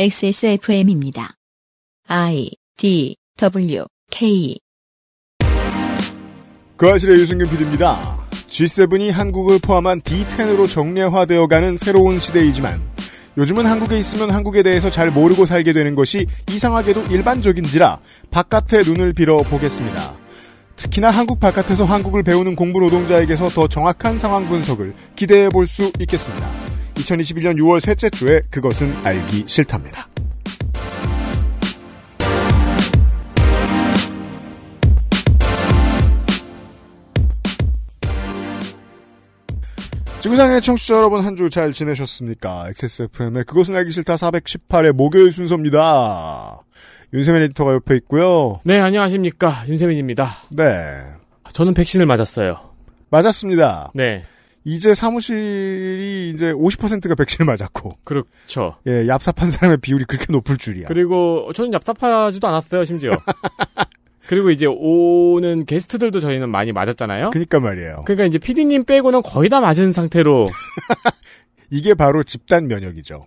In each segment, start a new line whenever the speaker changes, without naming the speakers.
XSFM입니다. I D W K
그 아실의 유승균 PD입니다. G7이 한국을 포함한 D10으로 정례화되어 가는 새로운 시대이지만 요즘은 한국에 있으면 한국에 대해서 잘 모르고 살게 되는 것이 이상하게도 일반적인지라 바깥의 눈을 빌어 보겠습니다. 특히나 한국 바깥에서 한국을 배우는 공부 노동자에게서 더 정확한 상황 분석을 기대해 볼 수 있겠습니다. 2021년 6월 셋째 주에 그것은 알기 싫답니다. 지구상의 청취자 여러분 한 주 잘 지내셨습니까? XSFM의 그것은 알기 싫다 418의 목요일 순서입니다. 윤세민 에디터가 옆에 있고요.
네, 안녕하십니까. 윤세민입니다.
네.
저는 백신을 맞았어요.
맞았습니다.
네,
이제 사무실이 이제 50%가 백신을 맞았고,
그렇죠.
예, 얍삽한 사람의 비율이 그렇게 높을 줄이야.
그리고 저는 얍삽하지도 않았어요, 심지어. 그리고 이제 오는 게스트들도 저희는 많이 맞았잖아요.
그니까 러 말이에요.
그러니까 이제 피디님 빼고는 거의 다 맞은 상태로
이게 바로 집단 면역이죠.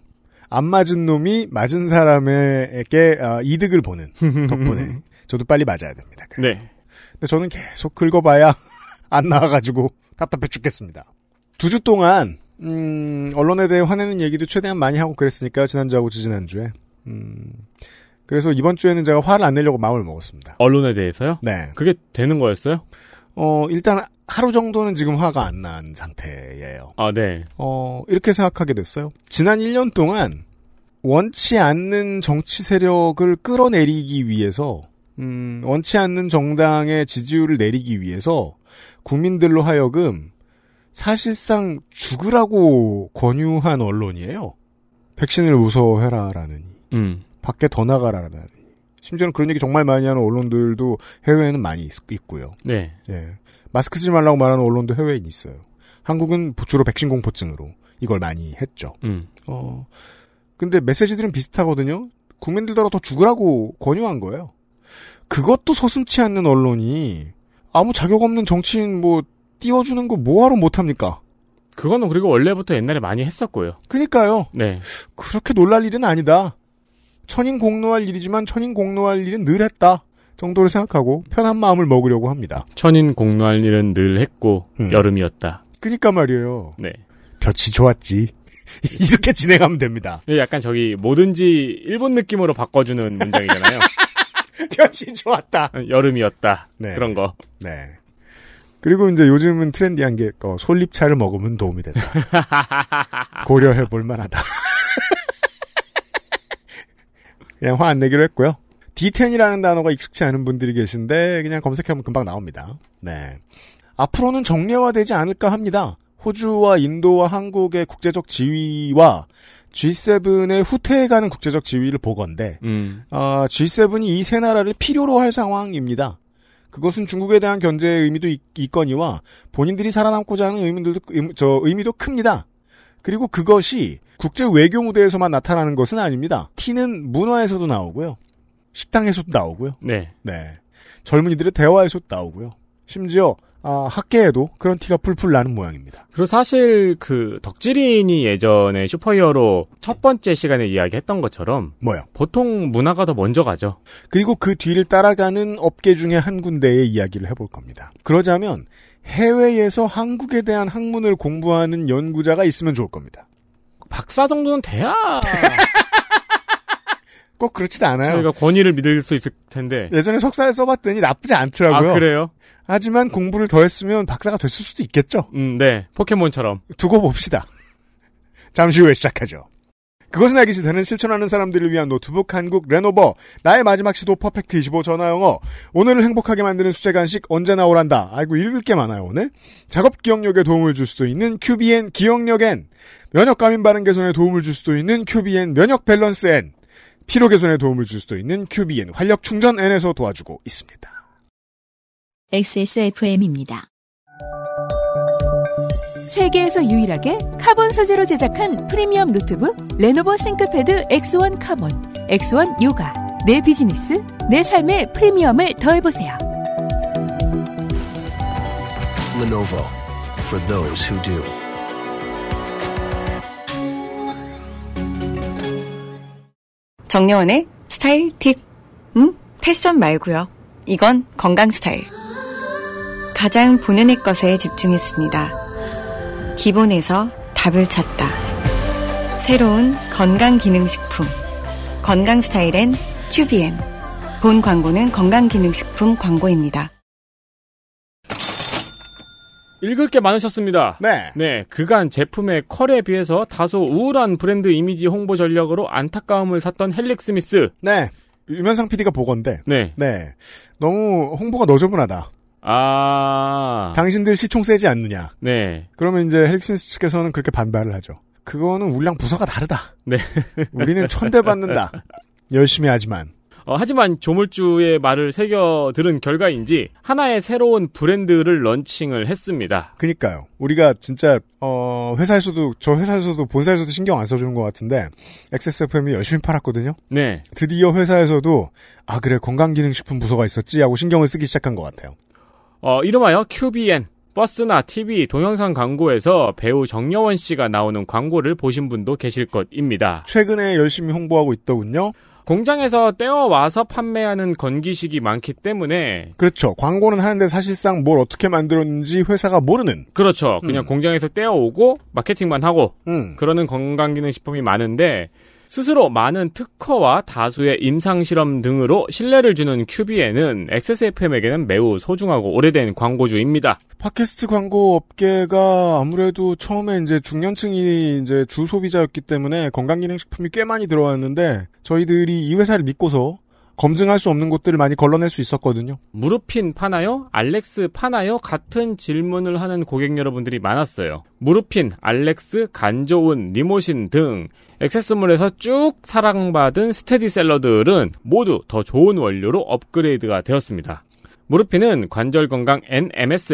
안 맞은 놈이 맞은 사람에게 아, 이득을 보는 덕분에 저도 빨리 맞아야 됩니다. 그래.
네
근데 저는 계속 긁어봐야 안 나와가지고 답답해 죽겠습니다. 두 주 동안 음, 언론에 대해 화내는 얘기도 최대한 많이 하고 그랬으니까요. 지난주하고 지지난주에. 음, 그래서 이번 주에는 제가 화를 안 내려고 마음을 먹었습니다.
언론에 대해서요.
네.
그게 되는 거였어요?
어, 일단 하루 정도는 지금 화가 안 난 상태예요.
아, 네.
어, 이렇게 생각하게 됐어요. 지난 1년 동안 원치 않는 정치 세력을 끌어내리기 위해서, 음, 원치 않는 정당의 지지율을 내리기 위해서 국민들로 하여금 사실상 죽으라고 권유한 언론이에요. 백신을 무서워해라라느니,
음,
밖에 더 나가라라느니. 심지어는 그런 얘기 정말 많이 하는 언론들도 해외에는 많이 있- 있고요.
네.
예. 마스크 쓰지 말라고 말하는 언론도 해외에 있어요. 한국은 주로 백신 공포증으로 이걸 많이 했죠.
음,
어. 근데 메시지들은 비슷하거든요. 국민들더러 더 죽으라고 권유한 거예요. 그것도 서슴치 않는 언론이 아무 자격 없는 정치인 뭐 띄워주는 거 뭐하러 못합니까?
그거는 그리고 원래부터 옛날에 많이 했었고요.
그니까요.
네,
그렇게 놀랄 일은 아니다. 천인 공노할 일이지만 천인 공노할 일은 늘 했다. 정도를 생각하고 편한 마음을 먹으려고 합니다.
천인 공노할 일은 늘 했고
음.
여름이었다.
그니까 말이에요.
네,
볕이 좋았지. 이렇게 진행하면 됩니다.
이게 약간 저기 뭐든지 일본 느낌으로 바꿔주는 문장이잖아요.
볕이 좋았다.
여름이었다.
네.
그런 거.
네. 그리고 이제 요즘은 트렌디한 게 어, 솔잎차를 먹으면 도움이 된다. 고려해 볼 만하다. 그냥 화 안 내기로 했고요. D10이라는 단어가 익숙치 않은 분들이 계신데 그냥 검색하면 금방 나옵니다. 네. 앞으로는 정례화되지 않을까 합니다. 호주와 인도와 한국의 국제적 지위와 G7의 후퇴해가는 국제적 지위를 보건데
음,
아, G7이 이 세 나라를 필요로 할 상황입니다. 그것은 중국에 대한 견제의 의미도 있, 있거니와 본인들이 살아남고자 하는 의미들도 음, 저 의미도 큽니다. 그리고 그것이 국제 외교 무대에서만 나타나는 것은 아닙니다. 티는 문화에서도 나오고요. 식당에서도 나오고요.
네.
네. 젊은이들의 대화에서도 나오고요. 심지어 아, 학계에도 그런 티가 풀풀 나는 모양입니다.
그리고 사실 그 덕질인이 예전에 슈퍼히어로 첫 번째 시간에 이야기했던 것처럼
뭐요?
보통 문화가 더 먼저 가죠.
그리고 그 뒤를 따라가는 업계 중에 한 군데의 이야기를 해볼 겁니다. 그러자면 해외에서 한국에 대한 학문을 공부하는 연구자가 있으면 좋을 겁니다.
박사 정도는 돼야
꼭 그렇지도 않아요.
저희가 권위를 믿을 수 있을 텐데.
예전에 석사에 써봤더니 나쁘지 않더라고요.
아 그래요?
하지만 공부를 더 했으면 박사가 됐을 수도 있겠죠.
음, 네. 포켓몬처럼.
두고 봅시다. 잠시 후에 시작하죠. 그것은 알기 싫다는 실천하는 사람들을 위한 노트북 한국 레노버 나의 마지막 시도 퍼펙트 25 전화영어 오늘을 행복하게 만드는 수제 간식 언제나 오란다 아이고 읽을 게 많아요 오늘 작업 기억력에 도움을 줄 수도 있는 QBN 기억력엔 면역 감인 반응 개선에 도움을 줄 수도 있는 QBN 면역 밸런스엔 피로 개선에 도움을 줄 수도 있는 QBN 활력 충전 N에서 도와주고 있습니다
XSFM입니다.
세계에서 유일하게 카본 소재로 제작한 프리미엄 노트북 레노버 싱크패드 X1 카본, X1 요가. 내 비즈니스, 내 삶의 프리미엄을 더해보세요.
Lenovo for those who do.
정려원의 스타일 팁. 음? 패션 말고요. 이건 건강 스타일. 가장 본연의 것에 집중했습니다. 기본에서 답을 찾다. 새로운 건강 기능 식품. 건강 스타일엔 튜비엠. 본 광고는 건강 기능 식품 광고입니다.
읽을 게 많으셨습니다.
네.
네, 그간 제품의 컬에 비해서 다소 우울한 브랜드 이미지 홍보 전략으로 안타까움을 샀던 헬릭 스미스.
네. 유면상 PD가 보건데.
네.
네. 너무 홍보가 너저분하다.
아.
당신들 시총 세지 않느냐.
네.
그러면 이제 헬릭스미스 측에서는 그렇게 반발을 하죠. 그거는 우리랑 부서가 다르다.
네.
우리는 천대 받는다. 열심히 하지만.
어, 하지만 조물주의 말을 새겨 들은 결과인지 하나의 새로운 브랜드를 런칭을 했습니다.
그니까요. 우리가 진짜 어 회사에서도 저 회사에서도 본사에서도 신경 안 써주는 것 같은데 XSFM이 열심히 팔았거든요.
네.
드디어 회사에서도 아 그래 건강기능식품 부서가 있었지 하고 신경을 쓰기 시작한 것 같아요.
어, 이름하여 QBN. 버스나 TV, 동영상 광고에서 배우 정여원 씨가 나오는 광고를 보신 분도 계실 것입니다.
최근에 열심히 홍보하고 있더군요.
공장에서 떼어와서 판매하는 건기식이 많기 때문에
그렇죠. 광고는 하는데 사실상 뭘 어떻게 만들었는지 회사가 모르는.
그렇죠. 그냥
음.
공장에서 떼어오고 마케팅만 하고
음.
그러는 건강기능식품이 많은데 스스로 많은 특허와 다수의 임상실험 등으로 신뢰를 주는 큐비에는 XSFM에게는 매우 소중하고 오래된 광고주입니다.
팟캐스트 광고 업계가 아무래도 처음에 이제 중년층이 이제 주 소비자였기 때문에 건강기능식품이 꽤 많이 들어왔는데 저희들이 이 회사를 믿고서 검증할 수 없는 것들을 많이 걸러낼 수 있었거든요.
무르핀 파나요? 알렉스 파나요? 같은 질문을 하는 고객 여러분들이 많았어요. 무르핀, 알렉스, 간조은, 니모신 등 액세스몰에서 쭉 사랑받은 스테디셀러들은 모두 더 좋은 원료로 업그레이드가 되었습니다. 무르핀은 관절 건강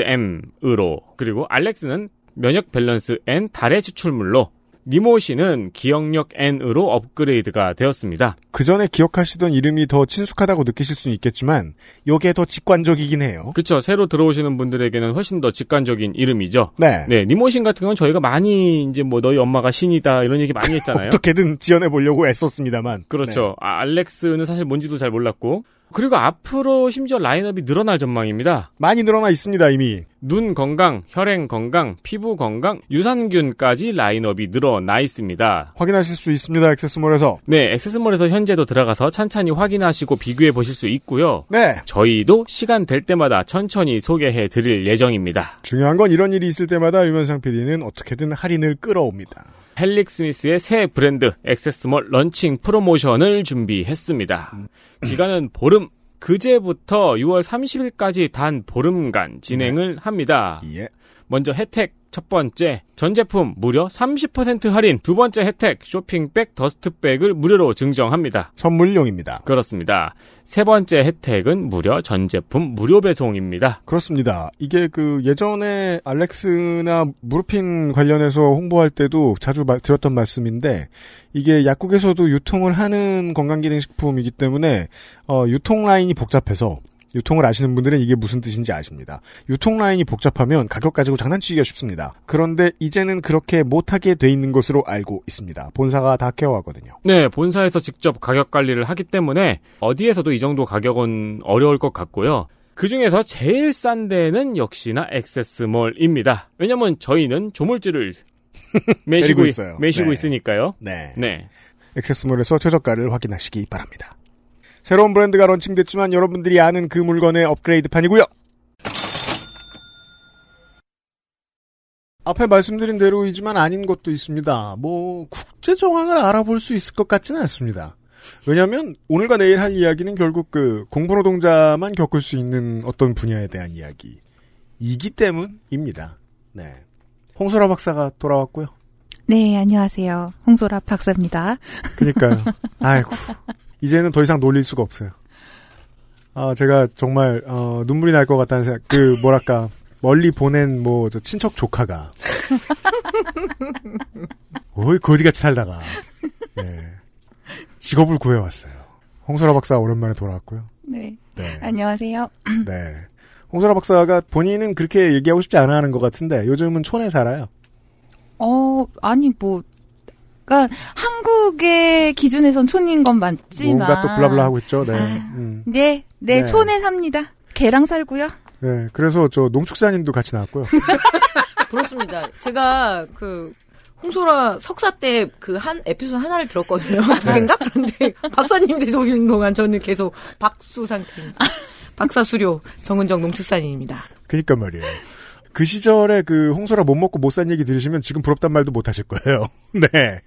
NMSM으로 그리고 알렉스는 면역 밸런스 N 달의 추출물로 니모신은 기억력 N으로 업그레이드가 되었습니다.
그 전에 기억하시던 이름이 더 친숙하다고 느끼실 수는 있겠지만 요게 더 직관적이긴 해요.
그쵸 새로 들어오시는 분들에게는 훨씬 더 직관적인 이름이죠.
네.
네, 니모신 같은 건 저희가 많이 이제 뭐 너희 엄마가 신이다 이런 얘기 많이 했잖아요.
어떻게든 지연해 네. 보려고 애썼습니다만.
그렇죠. 아, 알렉스는 사실 뭔지도 잘 몰랐고. 그리고 앞으로 심지어 라인업이 늘어날 전망입니다.
많이 늘어나 있습니다 이미.
눈 건강, 혈행 건강, 피부 건강, 유산균까지 라인업이 늘어나 있습니다.
확인하실 수 있습니다 액세스몰에서.
네, 액세스몰에서 현재도 들어가서 찬찬히 확인하시고 비교해 보실 수 있고요.
네.
저희도 시간 될 때마다 천천히 소개해 드릴 예정입니다.
중요한 건 이런 일이 있을 때마다 유면상 PD는 어떻게든 할인을 끌어옵니다.
헬릭 스미스의 새 브랜드 액세스몰 런칭 프로모션을 준비했습니다. 기간은 보름. 그제부터 6월 30일까지 단 보름간 진행을 합니다.
예.
먼저 혜택 첫 번째 전 제품 무려 30% 할인 두 번째 혜택 쇼핑백 더스트백을 무료로 증정합니다.
선물용입니다.
그렇습니다. 세 번째 혜택은 무려 전 제품 무료 배송입니다.
그렇습니다. 이게 그 예전에 알렉스나 무르핀 관련해서 홍보할 때도 자주 마- 드렸던 말씀인데 이게 약국에서도 유통을 하는 건강기능식품이기 때문에 어, 유통 라인이 복잡해서 유통을 아시는 분들은 이게 무슨 뜻인지 아십니다. 유통 라인이 복잡하면 가격 가지고 장난치기가 쉽습니다. 그런데 이제는 그렇게 못하게 돼 있는 것으로 알고 있습니다. 본사가 다 케어하거든요.
네, 본사에서 직접 가격 관리를 하기 때문에 어디에서도 이 정도 가격은 어려울 것 같고요. 그 중에서 제일 싼 데는 역시나 액세스몰입니다. 왜냐면 저희는 조물주를
데리고
매시고, 있-
있어요.
매시고
네.
있으니까요.
네.
네.
액세스몰에서 최저가를 확인하시기 바랍니다. 새로운 브랜드가 런칭됐지만 여러분들이 아는 그 물건의 업그레이드판이고요. 앞에 말씀드린 대로이지만 아닌 것도 있습니다. 뭐 국제 정황을 알아볼 수 있을 것 같지는 않습니다. 왜냐하면 오늘과 내일 할 이야기는 결국 그 공부노동자만 겪을 수 있는 어떤 분야에 대한 이야기이기 때문입니다. 네, 홍소라 박사가 돌아왔고요.
네, 안녕하세요. 홍소라 박사입니다.
그니까요. 아이고. 이제는 더 이상 놀릴 수가 없어요. 아, 제가 정말, 어, 눈물이 날 것 같다는 생각, 그, 뭐랄까, 멀리 보낸, 뭐, 저, 친척 조카가. 어이, 거지같이 살다가. 예. 직업을 구해왔어요. 홍소라 박사 오랜만에 돌아왔고요.
네,
네.
안녕하세요.
네. 홍소라 박사가 본인은 그렇게 얘기하고 싶지 않아 하는 것 같은데, 요즘은 촌에 살아요.
어, 아니 뭐
그러니까 한국의 기준에선 촌인 건 맞지만
뭔가 또 블라블라 하고 있죠. 네. 음,
네, 네,
네.
촌에 삽니다. 개랑 살고요.
네. 그래서 저 농축사님도 같이 나왔고요.
그렇습니다. 제가 그 홍소라 석사 때 그 한 에피소드 하나를 들었거든요.
아, 네.
누군가 그런데 박사님들이 오시는 동안 저는 계속 박수 상태입니다. 박사 수료 정은정 농축산인입니다.
그니까 말이에요. 그 시절에 그 홍소라 못 먹고 못 산 얘기 들으시면 지금 부럽단 말도 못 하실 거예요. 네.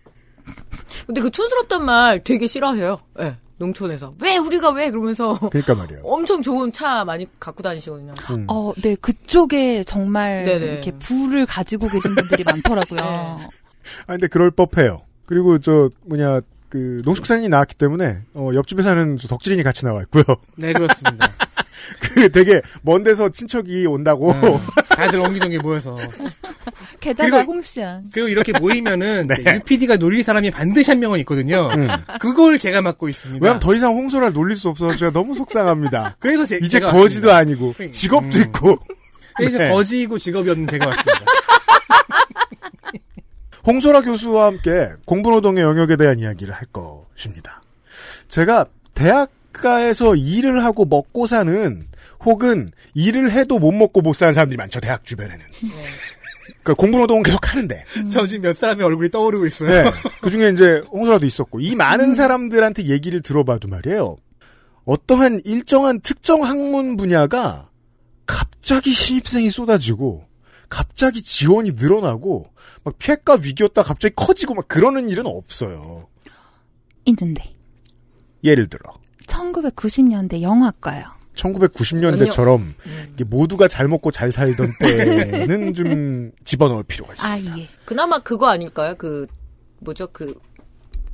근데 그 촌스럽단 말 되게 싫어해요. 예. 농촌에서 왜 우리가 왜 그러면서
그니까 말이에요.
엄청 좋은 차 많이 갖고 다니시거든요.
음.
어, 네, 그쪽에 정말
네네.
이렇게 부를 가지고 계신 분들이 많더라고요.
아, 근데 그럴 법해요. 그리고 저 뭐냐 그 농축산인이 나왔기 때문에 어, 옆집에 사는 저 덕질인이 같이 나와 있고요.
네, 그렇습니다.
그 되게 먼 데서 친척이 온다고.
네, 다들 옹기종기 모여서.
게다가
그리고-
홍시안.
그리고 이렇게 모이면은
네.
UPD가 놀릴 사람이 반드시 한 명은 있거든요. 그걸 제가 맡고 있습니다.
음. 왜냐면 더 이상 홍소라를 놀릴 수 없어서 제가 너무 속상합니다.
그래서 네, 제,
이제
제가
거지도
왔습니다.
아니고 직업도
음.
있고
그래서
네.
거지이고 직업이었는 제가 왔습니다.
홍소라 교수와 함께 공부노동의 영역에 대한 이야기를 할 것입니다. 제가 대학가에서 일을 하고 먹고 사는 혹은 일을 해도 못 먹고 못 사는 사람들이 많죠. 대학 주변에는. 그러니까 공부노동은 계속 하는데
저 지금 몇 사람의 얼굴이 떠오르고 있어요.
네. 그 중에 이제 홍소라도 있었고, 이 많은 사람들한테 얘기를 들어봐도 말이에요. 어떠한 일정한 특정 학문 분야가 갑자기 신입생이 쏟아지고, 갑자기 지원이 늘어나고, 막 피해가 위기였다 갑자기 커지고 막 그러는 일은 없어요.
있는데.
예를 들어,
1990년대 영화과요.
1990년대처럼 모두가 잘 먹고 잘 살던 때는 좀 집어넣을 필요가 있어요.
아, 예.
그나마 그거 아닐까요? 그 뭐죠? 그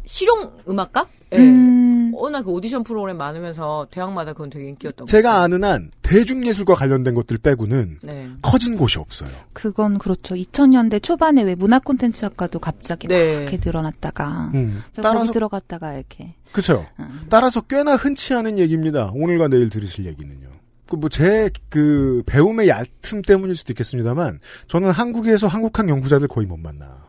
실용 음악가? 예.
음,
워낙 그 오디션 프로그램 많으면서 대학마다 그건 되게 인기였던
제가 아는 한 대중예술과 관련된 것들 빼고는
거. 네.
커진 곳이 없어요.
그건 그렇죠. 2000년대 초반에 왜 문화 콘텐츠 학과도 갑자기 막
네.
이렇게 늘어났다가.
음.
저
따라서
거기 들어갔다가 이렇게.
그렇죠.
음.
따라서 꽤나 흔치 않은 얘기입니다. 오늘과 내일 들으실 얘기는요. 그 뭐 제 그 배움의 얕음 때문일 수도 있겠습니다만 저는 한국에서 한국학 연구자들 거의 못 만나.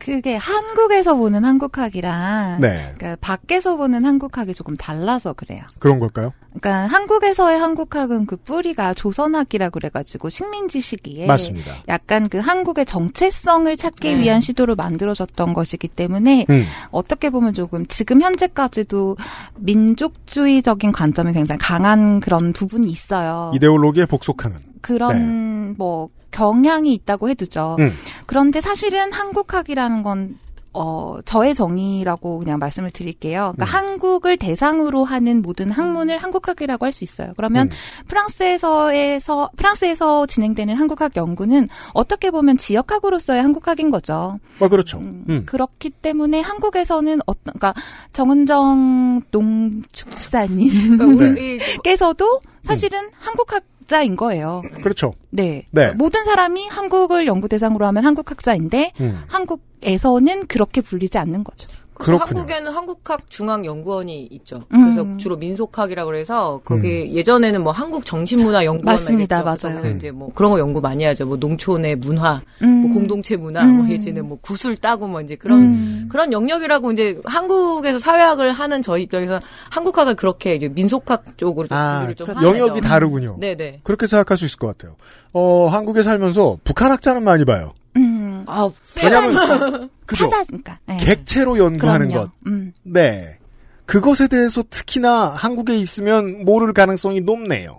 그게 한국에서 보는 한국학이랑
어. 네.
그러니까 밖에서 보는 한국학이 조금 달라서 그래요.
그런 걸까요?
그러니까 한국에서의 한국학은 그 뿌리가 조선학이라 그래가지고 식민지 시기에
맞습니다. 네.
약간 그 한국의 정체성을 찾기 위한 시도로 만들어졌던 것이기 때문에
음.
어떻게 보면 조금 지금 현재까지도 민족주의적인 관점이 굉장히 강한 그런 부분이 있어요.
이데올로기에 복속하는.
그런 뭐 경향이 있다고 해두죠.
네. 음.
그런데 사실은 한국학이라는 건 어, 저의 정의라고 그냥 말씀을 드릴게요.
음.
그러니까 한국을 대상으로 하는 모든 학문을 한국학이라고 할 수 있어요. 그러면
음.
프랑스에서에서 프랑스에서 진행되는 한국학 연구는 어떻게 보면 지역학으로서의 한국학인 거죠.
아 그렇죠.
음,
음.
그렇기 때문에 한국에서는 어떤 그러니까 정은정 농축사님께서도
그러니까
네.
우리
음.
사실은 한국학자인 거예요.
그렇죠.
네.
네.
모든 사람이 한국을 연구 대상으로 하면 한국 학자인데
음.
한국에서는 그렇게 불리지 않는 거죠.
그래서
그렇군요.
한국에는 한국학 중앙연구원이 있죠.
음.
그래서 주로 민속학이라 그래서
음.
거기 예전에는 뭐 한국 정신문화 연구원
맞습니다.
막 이랬죠.
맞아요.
그래서 이제 뭐 그런 거 연구 많이 하죠. 뭐 농촌의 문화, 뭐 공동체 문화, 뭐
음.
예전에 뭐 구슬 따고 뭐 이제 그런 그런 영역이라고 이제 한국에서 사회학을 하는 저희 입장에서 한국학을 그렇게 이제 민속학 쪽으로 좀
아,
그렇죠.
분류를 좀 하죠.
그렇죠.
음.
영역이 다르군요.
네네.
그렇게 생각할 수 있을 것 같아요. 어 한국에 살면서 북한 학자는 많이 봐요.
음,
아,
왜냐면 그죠.
타자니까. 네.
객체로 연구하는
그럼요.
것.
음.
네. 그것에 대해서 특히나 한국에 있으면 모를 가능성이 높네요.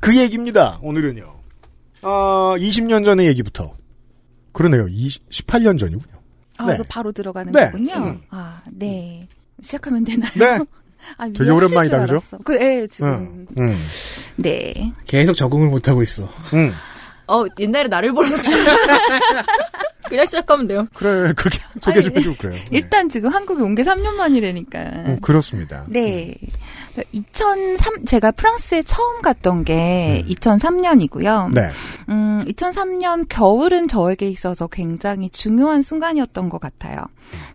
그 얘기입니다. 오늘은요. 아, 20년 전의 얘기부터. 그러네요. 20, 18년 전이군요.
아,
네.
그거 바로 들어가는
네.
거군요. 아, 네. 시작하면 되나요?
네.
아,
되게
미안하실
오랜만이다,
줄
그죠?
알았어. 그, 예, 지금.
음, 음,
네.
계속 적응을 못하고 있어.
음.
어, 옛날에 나를 보는 줄 그냥 시작하면 돼요.
그래, 그렇게 소개 좀
아니,
해주고 그래요. 네.
일단 지금 한국에 온 게 3년 만이라니까.
음, 그렇습니다.
네. 2003, 제가 프랑스에 처음 갔던 게 2003년이고요.
네.
음, 2003년 겨울은 저에게 있어서 굉장히 중요한 순간이었던 것 같아요.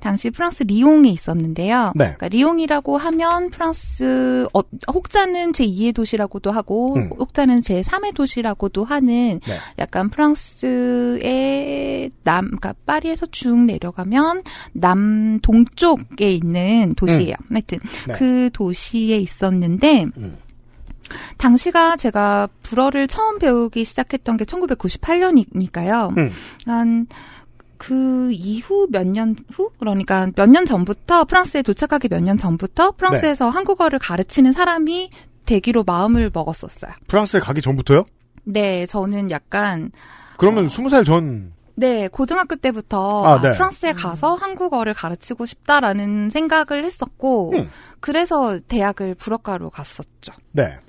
당시 프랑스 리옹에 있었는데요.
네.
그러니까 리옹이라고 하면 프랑스 어, 혹자는 제 2의 도시라고도 하고
음.
혹자는 제 3의 도시라고도 하는
네.
약간 프랑스의 남, 그러니까 파리에서 쭉 내려가면 남 동쪽에 있는 도시예요. 하여튼
네.
그 도시에 있었는데 당시가 제가 불어를 처음 배우기 시작했던 게 1998년이니까요.
음.
한 그 이후 몇 년 후? 그러니까 몇 년 전부터 프랑스에 도착하기 몇 년 전부터 프랑스에서
네.
한국어를 가르치는 사람이 되기로 마음을 먹었었어요.
프랑스에 가기 전부터요?
네, 저는 약간
그러면
어.
20살 전
네, 고등학교 때부터
아,
아,
네.
프랑스에 가서 한국어를 가르치고 싶다라는 생각을 했었고
음.
그래서 대학을 불어과로 갔었죠.
네.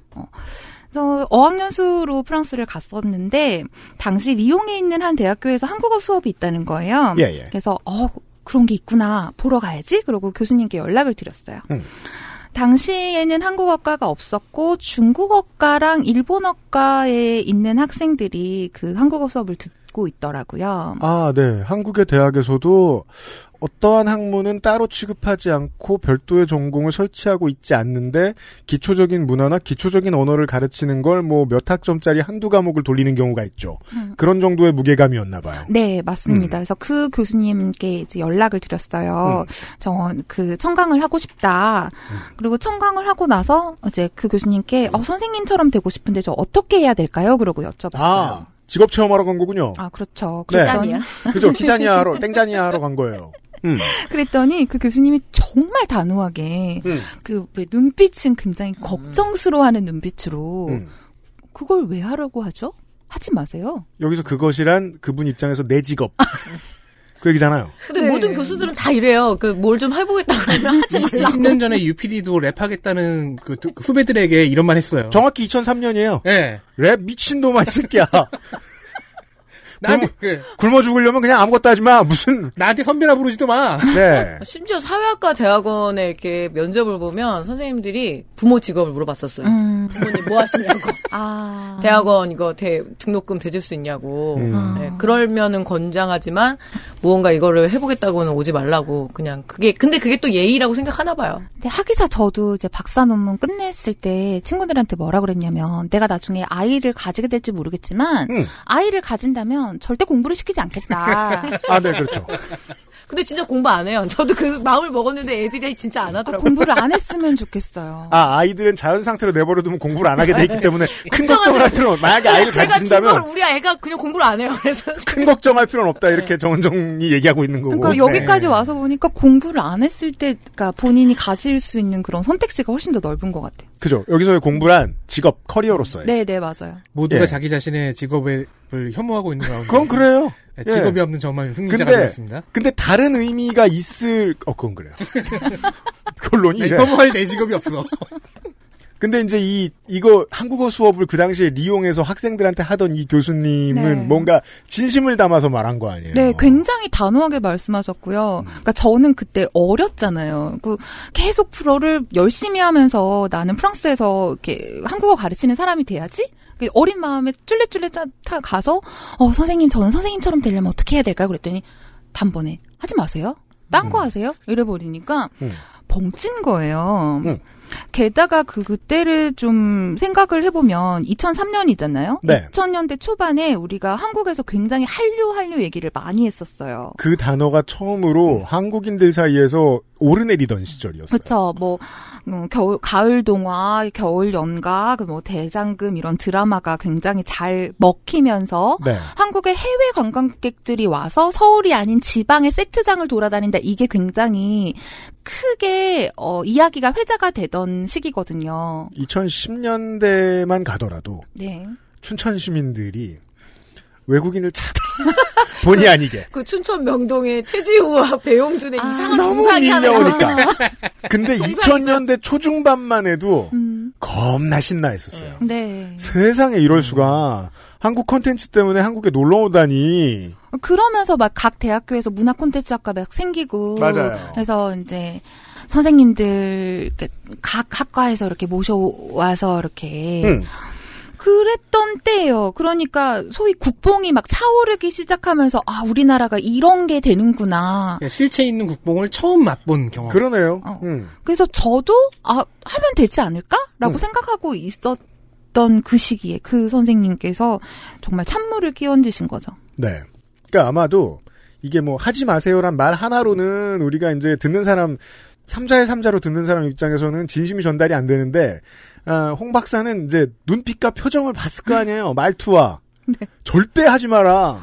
그래서 어학연수로 프랑스를 갔었는데 당시 리옹에 있는 한 대학교에서 한국어 수업이 있다는 거예요.
예, 예.
그래서 어 그런 게 있구나 보러 가야지. 그러고 교수님께 연락을 드렸어요.
음.
당시에는 한국어과가 없었고 중국어과랑 일본어과에 있는 학생들이 그 한국어 수업을 듣고 있더라고요.
아, 네. 한국의 대학에서도 어떠한 학문은 따로 취급하지 않고 별도의 전공을 설치하고 있지 않는데 기초적인 문화나 기초적인 언어를 가르치는 걸 뭐 몇 학점짜리 한두 과목을 돌리는 경우가 있죠.
음.
그런 정도의 무게감이었나 봐요.
네, 맞습니다.
음.
그래서 그 교수님께 이제 연락을 드렸어요. 저그 청강을 하고 싶다.
음.
그리고 청강을 하고 나서 이제 그 교수님께 어, 선생님처럼 되고 싶은데 저 어떻게 해야 될까요? 그러고 여쭤봤어요.
아,
아,
직업 체험하러 간 거군요.
그렇죠.
네.
그랬더니,
그죠? 기자니아 하러, 땡자니아 하러 간 거예요. 음.
그랬더니 그 교수님이 정말 단호하게
음.
그왜 눈빛은 굉장히 걱정스러워하는 눈빛으로
음.
그걸 왜 하라고 하죠? 하지 마세요.
여기서 그것이란 그분 입장에서 내 직업. 그 얘기잖아요.
근데
네.
모든 교수들은 다 이래요. 그 뭘 좀 해보겠다고 하면 하지 말라고.
20년 전에 UPD도 랩하겠다는 그 두- 그 후배들에게 이런 말 했어요.
정확히 2003년이에요.
예.
랩 미친놈아, 이 새끼야.
나한테,
굶어-
그,
굶어 죽으려면 그냥 아무것도 하지 마. 무슨,
나한테 선배라 부르지도 마.
네.
심지어 사회학과 대학원에 이렇게 면접을 보면 선생님들이 부모 직업을 물어봤었어요.
음.
부모님 뭐 하시냐고.
아.
대학원 이거 대, 등록금 대줄 수 있냐고.
음.
네, 그러면은 건장하지만 무언가 이거를 해보겠다고는 오지 말라고 그냥 그게 근데 그게 또 예의라고 생각하나 봐요.
근데 학위사 저도 이제 박사 논문 끝냈을 때 친구들한테 뭐라 그랬냐면 내가 나중에 아이를 가지게 될지 모르겠지만
음.
아이를 가진다면 절대 공부를 시키지 않겠다. 그러니까
아, 네, 그렇죠.
근데 진짜 공부 안 해요. 저도 그 마음을 먹었는데 애들이 진짜 안 하더라고요.
공부를 안 했으면 좋겠어요.
아, 아이들은 자연 상태로 내버려두면 공부를 안 하게 돼 있기 때문에 큰 걱정을 할 필요는, 없- 만약에 아이를
제가
가지신다면
친구를 우리 애가 그냥 공부를 안 해요. 그래서
큰 걱정할 필요는 없다. 이렇게 정은정이 얘기하고 있는 거고.
그러니까 여기까지
네.
와서 보니까 공부를 안 했을 때, 그러니까 본인이 가질 수 있는 그런 선택지가 훨씬 더 넓은 것 같아요.
네. 그죠. 여기서의 공부란 직업, 커리어로서의.
네, 네, 맞아요.
모두가
예.
자기 자신의 직업을 혐오하고 있는 가운데.
그건 그래요.
예,
예.
직업이 없는 저만 승리자가
근데-
되었습니다.
근데 다른 의미가 있을, 어, 그건 그래요. 결론이.
나
이래.
네, 혐오할 내 직업이 없어.
근데 이제 이 이거 한국어 수업을 그 당시에 리용해서 학생들한테 하던 이 교수님은
네.
뭔가 진심을 담아서 말한 거 아니에요? 음.
네, 굉장히 단호하게 말씀하셨고요. 그러니까 저는 그때 어렸잖아요. 그 계속 프로를 열심히 하면서 나는 프랑스에서 이렇게 한국어 가르치는 사람이 돼야지. 그 어린 마음에 쫄래쫄래 짜- 타 가서 어 선생님 저는 선생님처럼 되려면 어떻게 해야 될까요? 그랬더니 단번에 하지 마세요. 딴 거 하세요. 이래 버리니까
음.
벙찐 거예요.
음.
게다가 그 그때를 좀 생각을 해보면 2003년이잖아요.
네.
2000년대 초반에 우리가 한국에서 굉장히 한류 한류 얘기를 많이 했었어요.
그 단어가 처음으로 한국인들 사이에서 오르내리던 시절이었어요.
그렇죠. 뭐 음, 겨울 가을 동화, 겨울 연가, 그 뭐 대장금 이런 드라마가 굉장히 잘 먹히면서
네.
한국의 해외 관광객들이 와서 서울이 아닌 지방의 세트장을 돌아다닌다. 이게 굉장히 크게 어, 이야기가 회자가 되던 시기거든요.
2010년대만 가더라도
네.
춘천 시민들이 외국인을 찾아 본의 아니게
그 춘천 명동에 최지우와 배용준의
아,
이상한
너무
동상이 하나
밀려오니까. 근데 2000년대 초중반만 해도
음.
겁나 신나했었어요.
네.
세상에 이럴 수가 한국 콘텐츠 때문에 한국에 놀러 오다니.
그러면서 막 각 대학교에서 문화 콘텐츠 학과 막 생기고
맞아요.
그래서 이제 선생님들 이렇게 각 학과에서 이렇게 모셔와서 이렇게
음.
그랬던 때예요. 그러니까 소위 국뽕이 막 차오르기 시작하면서 아 우리나라가 이런 게 되는구나.
그러니까 실체 있는 국뽕을 처음 맛본 경험.
그러네요.
어.
음.
그래서 저도 아 하면 되지 않을까라고 생각하고 있었던 그 시기에 그 선생님께서 정말 찬물을 끼얹으신 거죠.
네. 그러니까 아마도 이게 뭐 하지 마세요란 말 하나로는 우리가 이제 듣는 사람 삼자의 삼자로 듣는 사람 입장에서는 진심이 전달이 안 되는데 아, 홍 박사는 이제 눈빛과 표정을 봤을 거
음.
아니에요 말투와
네.
절대 하지 마라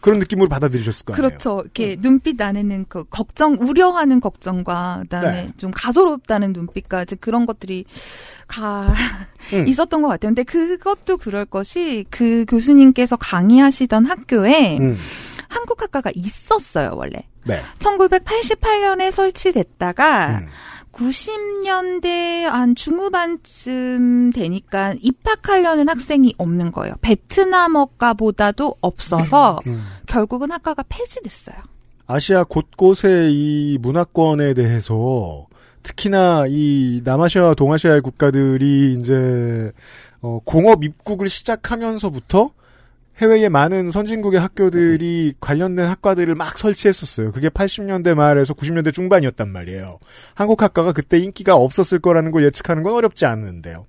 그런 느낌으로 받아들이셨을 거 아니에요.
어.
네.
그렇죠. 이렇게 눈빛 안에는 그 걱정, 우려하는 걱정과 그다음에
네.
좀 가소롭다는 눈빛까지 그런 것들이 가
음.
있었던 것 같아요. 근데 그것도 그럴 것이 그 교수님께서 강의하시던 학교에
음,
한국학과가 있었어요 원래.
네.
1988년에 설치됐다가
음.
90년대 한 중후반쯤 되니까 입학하려는 학생이 없는 거예요. 베트남어과보다도 없어서
음.
결국은 학과가 폐지됐어요.
아시아 곳곳의 이 문화권에 대해서 특히나 이 남아시아와 동아시아의 국가들이 이제 어, 공업 입국을 시작하면서부터 해외의 많은 선진국의 학교들이 관련된 학과들을 막 설치했었어요. 그게 80년대 말에서 90년대 중반이었단 말이에요. 한국 학과가 그때 인기가 없었을 거라는 걸 예측하는 건 어렵지 않은데요.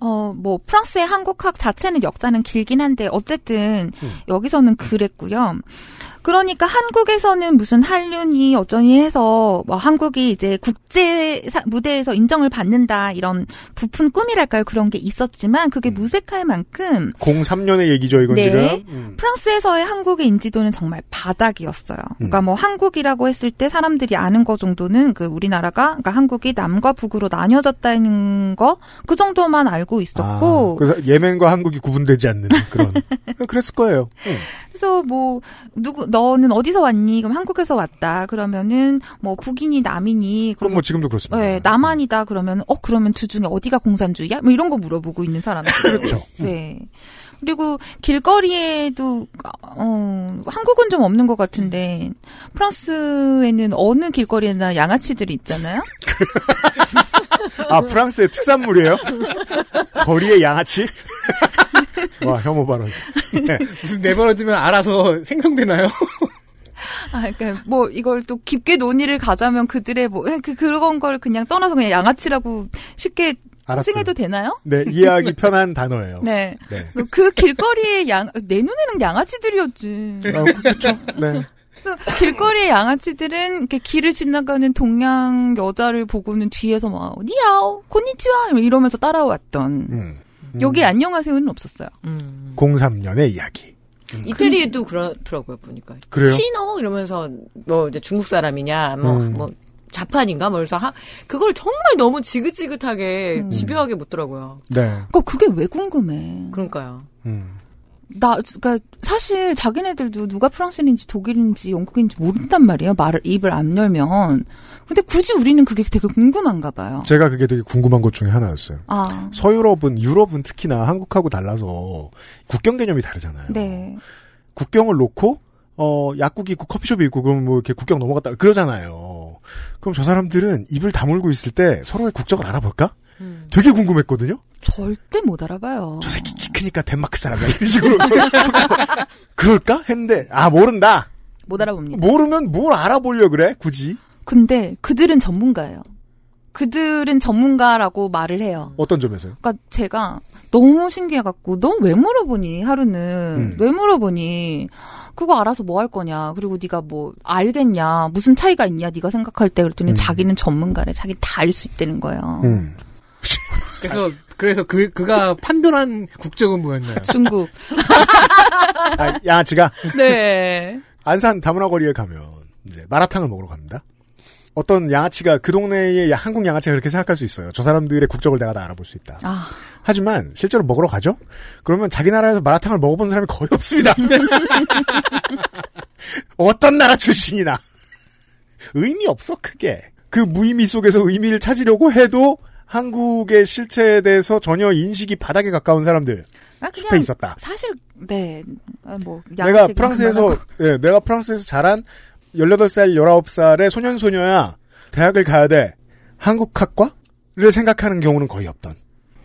어, 뭐, 프랑스의 한국학 자체는 역사는 길긴 한데, 어쨌든,
음.
여기서는 그랬고요. 그러니까 한국에서는 무슨 한륜이 어쩌니 해서, 뭐, 한국이 이제 국제 사- 무대에서 인정을 받는다, 이런 부푼 꿈이랄까요? 그런 게 있었지만, 그게 무색할 만큼,
03년의 얘기죠, 이건
네.
지금. 음.
프랑스에서의 한국의 인지도는 정말 바닥이었어요. 그러니까 뭐 한국이라고 했을 때 사람들이 아는 거 정도는 그 우리나라가 그러니까 한국이 남과 북으로 나뉘어졌다는 거 그 정도만 알고
아,
있었고
그래서 예멘과 한국이 구분되지 않는 그런. 그랬을 거예요. 음.
그래서 뭐 누구 너는 어디서 왔니? 그럼 한국에서 왔다. 그러면은 뭐 북인이 남인이
그럼 뭐 지금도 그렇습니다.
예, 남한이다 그러면 어 그러면 두 중에 어디가 공산주의야? 뭐 이런 거 물어보고 있는 사람들.
그렇죠.
네. 그리고 길거리에도 어 한국은 좀 없는 것 같은데 프랑스에는 어느 길거리에나 양아치들이 있잖아요.
아 프랑스의 특산물이에요? 거리의 양아치? 와 혐오 발언.
무슨 내버려두면 알아서 생성되나요?
아, 그러니까 뭐 이걸 또 깊게 논의를 가자면 그들의 뭐 그 그런 걸 그냥 떠나서 그냥 양아치라고 쉽게
알았어요.
칭해도 되나요?
네 이해하기 편한 단어예요.
네.
네.
그 길거리에 양, 내 눈에는 양아치들이었지.
아, 그렇죠. 네.
그 길거리의 양아치들은 이렇게 길을 지나가는 동양 여자를 보고는 뒤에서 막 니아오 고니치와 이러면서 따라왔던
음.
여기 안녕하세요는 없었어요.
음.
03년의 이야기.
이태리에도 그렇더라고요 보니까.
음. 그래요?
신호 이러면서 뭐 이제 중국 사람이냐 뭐 뭐
음.
자판인가 뭐 그래서 하, 그걸 정말 너무 지긋지긋하게
음.
집요하게 묻더라고요.
네.
그러니까 그게 왜 궁금해?
그러니까요.
음.
나 그러니까 사실 자기네들도 누가 프랑스인인지 독일인지 영국인지 모른단 말이에요. 말을 입을 안 열면. 근데 굳이 우리는 그게 되게 궁금한가 봐요.
제가 그게 되게 궁금한 것 중에 하나였어요.
아,
서유럽은 유럽은 특히나 한국하고 달라서 국경 개념이 다르잖아요.
네.
국경을 놓고 어 약국이 있고 커피숍이 있고 그럼 뭐 이렇게 국경 넘어갔다 그러잖아요. 그럼 저 사람들은 입을 다물고 있을 때 서로의 국적을 알아볼까?
음.
되게 궁금했거든요.
절대 못 알아봐요.
저 새끼 키 크니까 덴마크 사람이야. 이런 식으로. 그럴까? 했는데, 아, 모른다.
못 알아봅니다.
모르면 뭘 알아보려 그래, 굳이.
근데 그들은 전문가예요. 그들은 전문가라고 말을 해요.
어떤 점에서요?
그러니까 제가 너무 신기해갖고 넌 왜 물어보니 하루는
음.
왜 물어보니 그거 알아서 뭐 할 거냐 그리고 네가 뭐 알겠냐 무슨 차이가 있냐 네가 생각할 때 그랬더니
음.
자기는 전문가래 자기 다 알 수 있다는 거예요
음.
그래서 그래서 그 그가 판별한 국적은 뭐였나요?
중국
아, 양아치가
네
안산 다문화거리에 가면, 이제 마라탕을 먹으러 갑니다. 어떤 양아치가 그 동네의 야- 한국 양아치가 그렇게 생각할 수 있어요. 저 사람들의 국적을 내가 다 알아볼 수 있다.
아.
하지만 실제로 먹으러 가죠? 그러면 자기 나라에서 마라탕을 먹어본 사람이 거의 없습니다. 어떤 나라 출신이나. 의미 없어, 크게. 그 무의미 속에서 의미를 찾으려고 해도 한국의 실체에 대해서 전혀 인식이 바닥에 가까운 사람들.
아,
숲에 있었다.
사실 네. 네뭐
내가 프랑스에서, 예, 내가 프랑스에서 자란 18살, 19살의 소년소녀야. 대학을 가야 돼. 한국학과를 생각하는 경우는 거의 없던.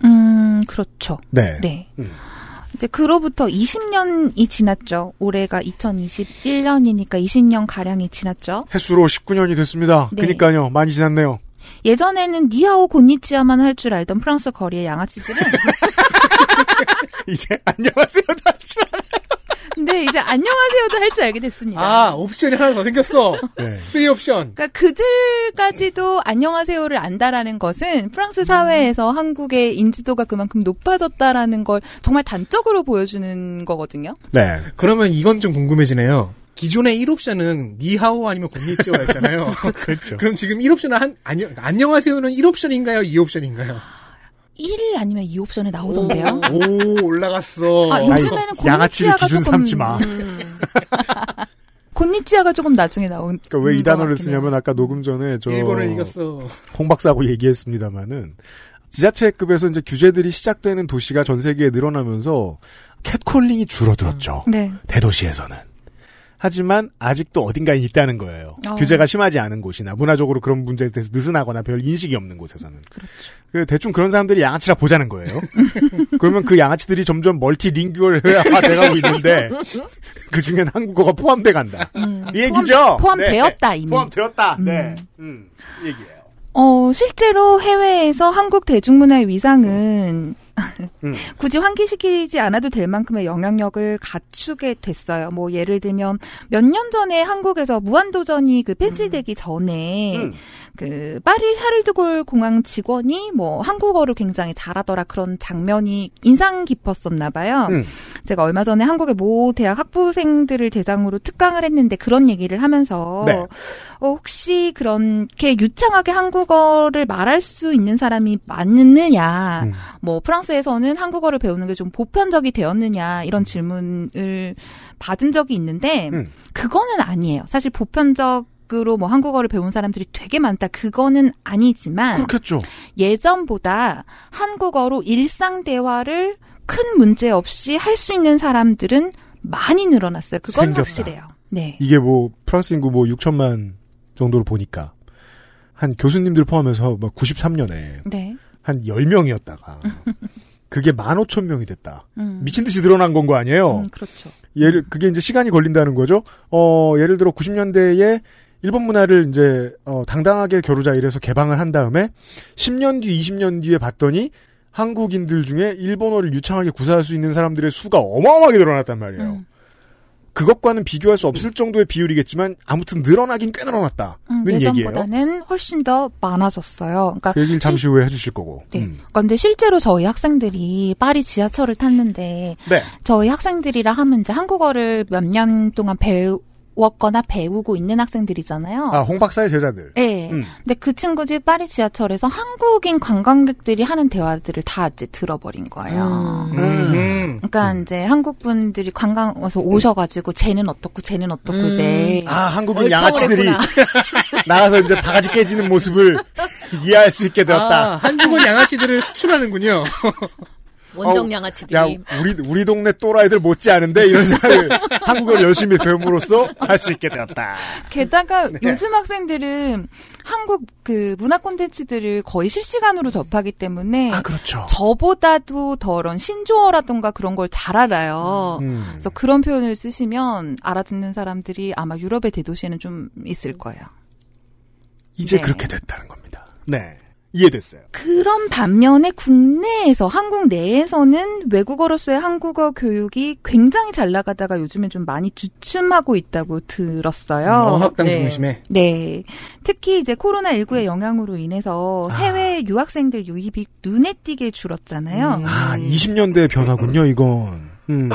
음 그렇죠
네.
네.
음.
이제 그로부터 20년이 지났죠. 올해가 2021년이니까 20년 가량이 지났죠.
해수로 19년이 됐습니다.
네.
그니까요. 많이 지났네요.
예전에는 니하오 곤니치야만 할 줄 알던 프랑스 거리의 양아치들은
이제 안녕하세요. 다시
근데 네, 이제 안녕하세요도 할 줄 알게 됐습니다.
아, 옵션이 하나 더 생겼어.
네.
프리 옵션.
그러니까 그들까지도 안녕하세요를 안다라는 것은
음.
프랑스 사회에서 한국의 인지도가 그만큼 높아졌다라는 걸 정말 단적으로 보여주는 거거든요.
네.
그러면 이건 좀 궁금해지네요. 기존의 1옵션은 니하오 아니면 공니찌오였잖아요.
그렇죠.
그럼 지금 1옵션은 한, 안녕, 안녕하세요는 1옵션인가요? 2옵션인가요?
1 아니면 2 옵션에 나오던데요.
오, 올라갔어.
아, 요즘에는
아이고, 양아치를
곤니치아가
기준
조금
삼지 마.
곤니치아가 조금 나중에 나온.
그러니까 왜 이
것
단어를
같긴 해요.
쓰냐면 아까 녹음 전에 저
일본을 이겼어.
홍 박사하고 얘기했습니다마는 지자체급에서 이제 규제들이 시작되는 도시가 전 세계에 늘어나면서 캣콜링이 줄어들었죠.
네.
대도시에서는. 하지만 아직도 어딘가에 있다는 거예요.
어.
규제가 심하지 않은 곳이나 문화적으로 그런 문제에 대해서 느슨하거나 별 인식이 없는 곳에서는.
그렇죠.
그 대충 그런 사람들이 양아치라 보자는 거예요. 그러면 그 양아치들이 점점 멀티링규얼화 돼가고 있는데 그 중엔 한국어가 포함돼 간다.
음.
이 얘기죠.
포함,
네.
포함되었다 이미.
포함되었다. 네.
음.
음. 이 얘기예요.
어, 실제로 해외에서 한국 대중문화의 위상은 굳이 환기시키지 않아도 될 만큼의 영향력을 갖추게 됐어요. 뭐 예를 들면 몇 년 전에 한국에서 무한도전이 그 폐지되기 전에
음.
그 파리 샤를드골 공항 직원이 뭐 한국어를 굉장히 잘하더라 그런 장면이 인상 깊었었나 봐요.
음.
제가 얼마 전에 한국의 모 대학 학부생들을 대상으로 특강을 했는데 그런 얘기를 하면서
네.
어, 혹시 그렇게 유창하게 한국어를 말할 수 있는 사람이 많느냐,
음.
뭐 프랑스에서는 한국어를 배우는 게 좀 보편적이 되었느냐 이런 질문을 받은 적이 있는데
음.
그거는 아니에요. 사실 보편적 으로 뭐 한국어를 배운 사람들이 되게 많다 그거는 아니지만
그렇겠죠.
예전보다 한국어로 일상 대화를 큰 문제 없이 할 수 있는 사람들은 많이 늘어났어요. 그건
생겼다.
확실해요. 네.
이게 뭐 프랑스 인구 뭐 6천만 정도를 보니까 한 교수님들 포함해서 막 93년에
네.
한 10명이었다가 그게 15,000명이 됐다.
음.
미친 듯이 늘어난 건 거 아니에요.
음, 그렇죠.
예를 그게 이제 시간이 걸린다는 거죠. 어, 예를 들어 90년대에 일본 문화를 이제 어, 당당하게 겨루자 이래서 개방을 한 다음에 10년 뒤, 20년 뒤에 봤더니 한국인들 중에 일본어를 유창하게 구사할 수 있는 사람들의 수가 어마어마하게 늘어났단 말이에요.
음.
그것과는 비교할 수 없을 정도의 비율이겠지만 아무튼 늘어나긴 꽤 늘어났다는
음,
얘기예요.
예전보다는 훨씬 더 많아졌어요. 그러니까
그 얘기를 잠시 후에 해주실 거고.
네.
음.
근데 실제로 저희 학생들이 파리 지하철을 탔는데
네.
저희 학생들이라 하면 이제 한국어를 몇 년 동안 배웠거나 배우고 있는 학생들이잖아요.
아, 홍 박사의 제자들.
네.
음.
근데 그 친구들이 파리 지하철에서 한국인 관광객들이 하는 대화들을 다 이제 들어버린 거예요.
음. 음.
그러니까 이제 한국 분들이 관광 와서 오셔가지고 쟤는 어떻고 쟤는 어떻고 이제
아, 한국인
얼평을
양아치들이
했구나.
나가서 이제 바가지 깨지는 모습을 이해할 수 있게
아,
되었다.
한국은 양아치들을 수출하는군요.
어,
원정 양아치들이.
야, 우리, 우리 동네 또라이들 못지않은데, 이런 생각을 한국어를 열심히 배움으로써 할 수 있게 되었다.
게다가 요즘 학생들은 한국 그 문화 콘텐츠들을 거의 실시간으로 접하기
네.
때문에
그렇죠.
저보다도 더런 신조어라던가 그런 걸 잘 알아요.
음.
그래서 그런 표현을 쓰시면 알아듣는 사람들이 아마 유럽의 대도시에는 좀 있을 거예요.
이제
네.
그렇게 됐다는 겁니다. 네. 이해됐어요.
그런 반면에 국내에서 한국 내에서는 외국어로서의 한국어 교육이 굉장히 잘 나가다가 요즘에 좀 많이 주춤하고 있다고 들었어요.
음.
어학당
네.
중심에.
네. 특히 이제 코로나19의 영향으로 인해서
아.
해외 유학생들 유입이 눈에 띄게
음.
줄었잖아요.
아, 20년대의 변화군요, 이건. 음.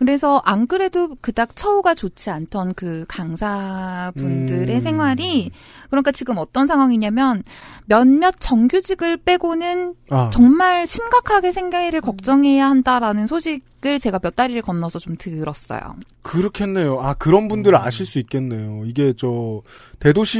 그래서 안 그래도 그닥 처우가 좋지 않던 그 강사분들의
음.
생활이 그러니까 지금 어떤 상황이냐면 몇몇 정규직을 빼고는
아,
정말 심각하게 생계를 걱정해야 한다라는 소식을 제가 몇 다리를 건너서 좀 들었어요.
그렇겠네요. 아, 그런 분들
음.
아실 수 있겠네요. 이게 저,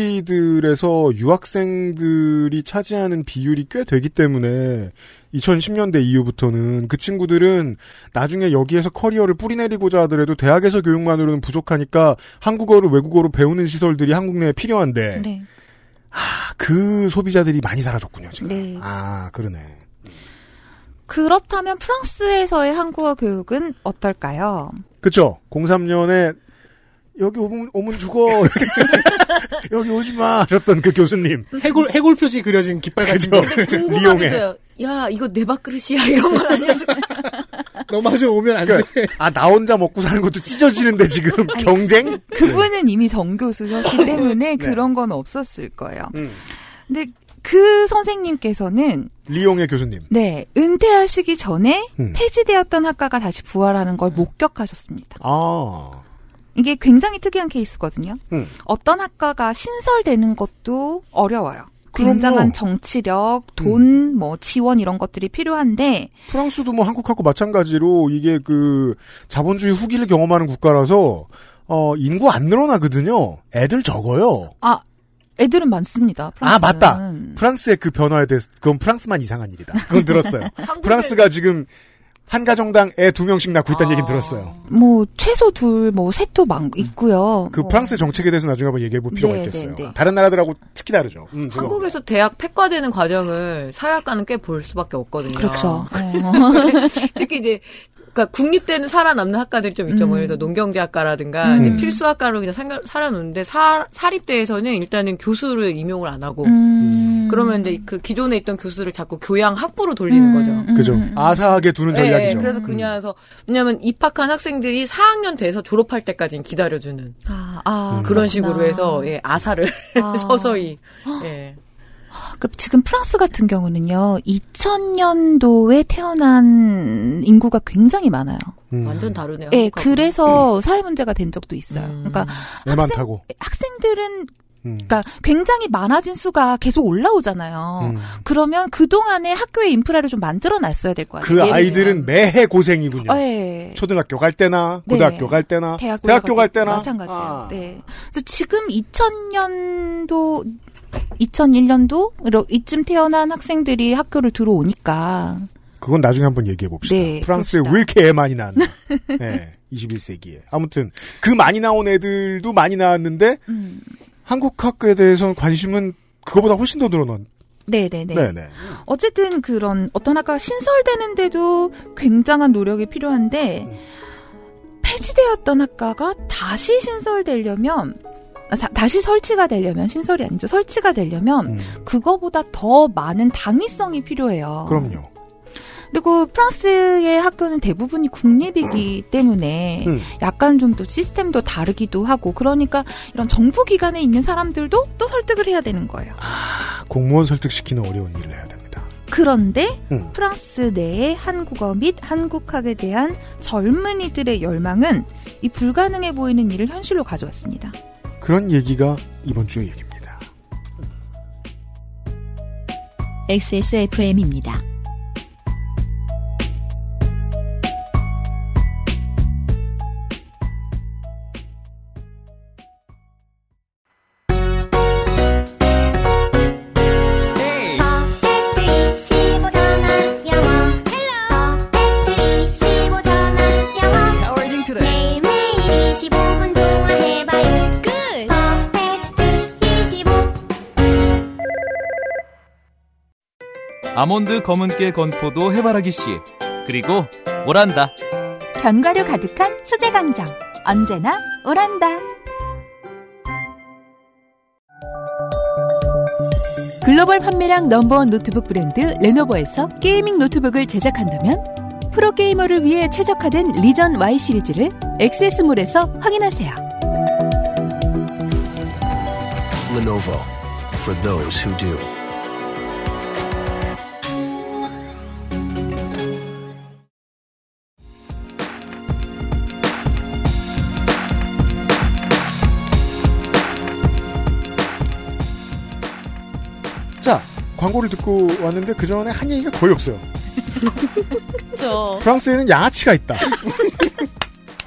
대도시들에서 유학생들이 차지하는 비율이 꽤 되기 때문에 2010년대 이후부터는 그 친구들은 나중에 여기에서 커리어를 뿌리내리고자 하더라도 대학에서 교육만으로는 부족하니까 한국어를 외국어로 배우는 시설들이 한국 내에 필요한데
네.
아, 그 소비자들이 많이 사라졌군요, 지금.
네.
아, 그러네.
그렇다면 프랑스에서의 한국어 교육은 어떨까요?
그쵸? 03년에 여기 오면, 오면 죽어. 이렇게 여기 오지 마. 하셨던 그 교수님.
해골, 해골 표지 그려진 깃발 같은
그죠?
거.
근데 궁금하기도
미용해.
해요. 야, 이거 내 밥그릇이야. 이런 건 아니어서.
너 마저 오면 안 돼.
아, 나 혼자 먹고 사는 것도 찢어지는데, 지금. 경쟁?
그분은 이미 정교수셨기 때문에 그런 건 없었을 거예요.
네. 음.
근데 그 선생님께서는
리용의 교수님.
네 은퇴하시기 전에
음.
폐지되었던 학과가 다시 부활하는 걸 목격하셨습니다.
아.
이게 굉장히 특이한 케이스거든요.
음.
어떤 학과가 신설되는 것도 어려워요.
그럼요. 음.
굉장한 정치력, 돈, 뭐 지원 이런 것들이 필요한데
프랑스도 뭐 한국하고 마찬가지로 이게 그 자본주의 후기를 경험하는 국가라서 어 인구 안 늘어나거든요. 애들 적어요.
아 애들은 많습니다.
아,
프랑스는.
맞다. 프랑스의 그 변화에 대해서 그건 프랑스만 이상한 일이다. 그건 들었어요. 프랑스가 지금 한 가정당 애 두 명씩 낳고 있다는 얘기는 들었어요.
뭐 최소 둘뭐세토 있고요.
그
뭐.
프랑스 정책에 대해서 나중에 한번 얘기해 볼 필요가
네,
있겠어요.
네, 네.
다른 나라들하고 특히 다르죠. 음, 죄송합니다.
한국에서 대학 폐과되는 과정을 사회학과는 꽤 볼 수밖에 없거든요.
그렇죠.
어.
특히 이제 그러니까 국립대는 살아남는 학과들이 좀 있죠. 뭐 예를 들어 농경제학과라든가 이제
음.
필수학과로 그냥 상- 살아남는데 사, 사립대에서는 일단은 교수를 임용을 안 하고
음.
그러면 이제 그 기존에 있던 교수를 자꾸 교양 학부로 돌리는
음,
거죠.
음,
그죠.
음, 음.
아사하게 두는
예,
전략이죠.
예, 그래서 그냥 해서 왜냐하면 입학한 학생들이 4학년 돼서 졸업할 때까지는 기다려주는
아, 아, 그렇구나.
그런 식으로 해서 예, 아사를
아.
서서히 예.
그 지금 프랑스 같은 경우는요, 2000년도에 태어난 인구가 굉장히 많아요.
음.
완전 다르네요. 그러니까
예,
한국하고.
그래서 사회 문제가 된 적도 있어요.
네. 음.
그러니까
애
학생-
많다고.
학생들은
음.
그러니까 굉장히 많아진 수가 계속 올라오잖아요.
음.
그러면 그 동안에 학교의 인프라를 좀 만들어 놨어야 될 거 아니에요.
그 아이들은 매해 고생이군요.
예.
초등학교 갈 때나 고등학교
네.
갈 때나
대학교,
대학교 갈 때나
마찬가지예요.
아.
네. 그래서 지금 2000년도 2001년도 이쯤 태어난 학생들이 학교를 들어오니까
그건 나중에 한번 얘기해 봅시다.
네,
그렇죠. 프랑스에
그럽시다.
왜 이렇게 애 많이 낳나? 예. 21세기에. 아무튼 그 많이 나온 애들도 많이 나왔는데
음.
한국 학교에 대해서는 관심은 그거보다 훨씬 더 늘어난.
네네네.
네, 네.
어쨌든 그런 어떤 학과가 신설되는데도 굉장한 노력이
음.
필요한데 폐지되었던 학과가 다시 신설되려면 아, 사- 다시 설치가 되려면 신설이 아니죠 설치가 되려면
음,
그거보다 더 많은 당위성이 필요해요.
그럼요.
그리고 프랑스의 학교는 대부분이 국립이기 때문에
음.
약간 좀 또 시스템도 다르기도 하고 그러니까 이런 정부 기관에 있는 사람들도 또 설득을 해야 되는 거예요.
공무원 설득시키는 어려운 일을 해야 됩니다.
그런데
음.
프랑스 내의 한국어 및 한국학에 대한 젊은이들의 열망은 이 불가능해 보이는 일을 현실로 가져왔습니다.
그런 얘기가 이번 주의 얘기입니다.
XSFM입니다.
아몬드 검은깨 건포도 해바라기 씨 그리고 오란다
견과류 가득한 수제 강정 언제나 오란다. 글로벌 판매량 넘버원 노트북 브랜드 레노버에서 게이밍 노트북을 제작한다면 프로게이머를 위해 최적화된 리전 Y 시리즈를 액세스몰에서 확인하세요.
Lenovo for those who do.
자, 광고를 듣고 왔는데 그 전에 한 얘기가 거의 없어요.
그렇죠.
프랑스에는 양아치가 있다.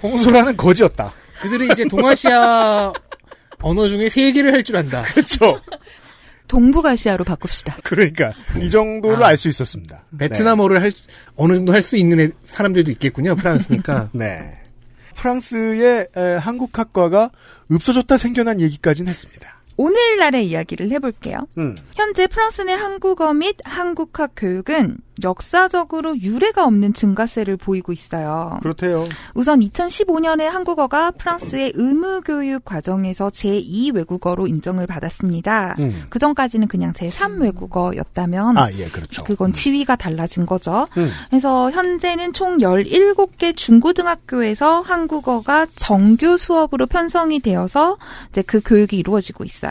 홍소라는 거지였다.
그들이 이제 동아시아 언어 중에 세 개를 할 줄 안다.
그렇죠.
동북아시아로 바꿉시다.
그러니까 이 정도를
아.
알 수 있었습니다.
베트남어를 할 수- 어느 정도 할 수 있는 애- 사람들도 있겠군요. 프랑스니까.
네. 프랑스의 에, 한국학과가 없어졌다 생겨난 얘기까지는 했습니다.
오늘날의 이야기를 해볼게요.
음.
현재 프랑스 내 한국어 및 한국학 교육은 역사적으로 유례가 없는 증가세를 보이고 있어요.
그렇대요.
우선 2015년에 한국어가 프랑스의 의무교육 과정에서 제2외국어로 인정을 받았습니다.
음.
그전까지는 그냥 제3외국어였다면
아, 예, 그렇죠.
그건 지위가 달라진 거죠.
음.
그래서 현재는 총 17개 중고등학교에서 한국어가 정규 수업으로 편성이 되어서 이제 그 교육이 이루어지고 있어요.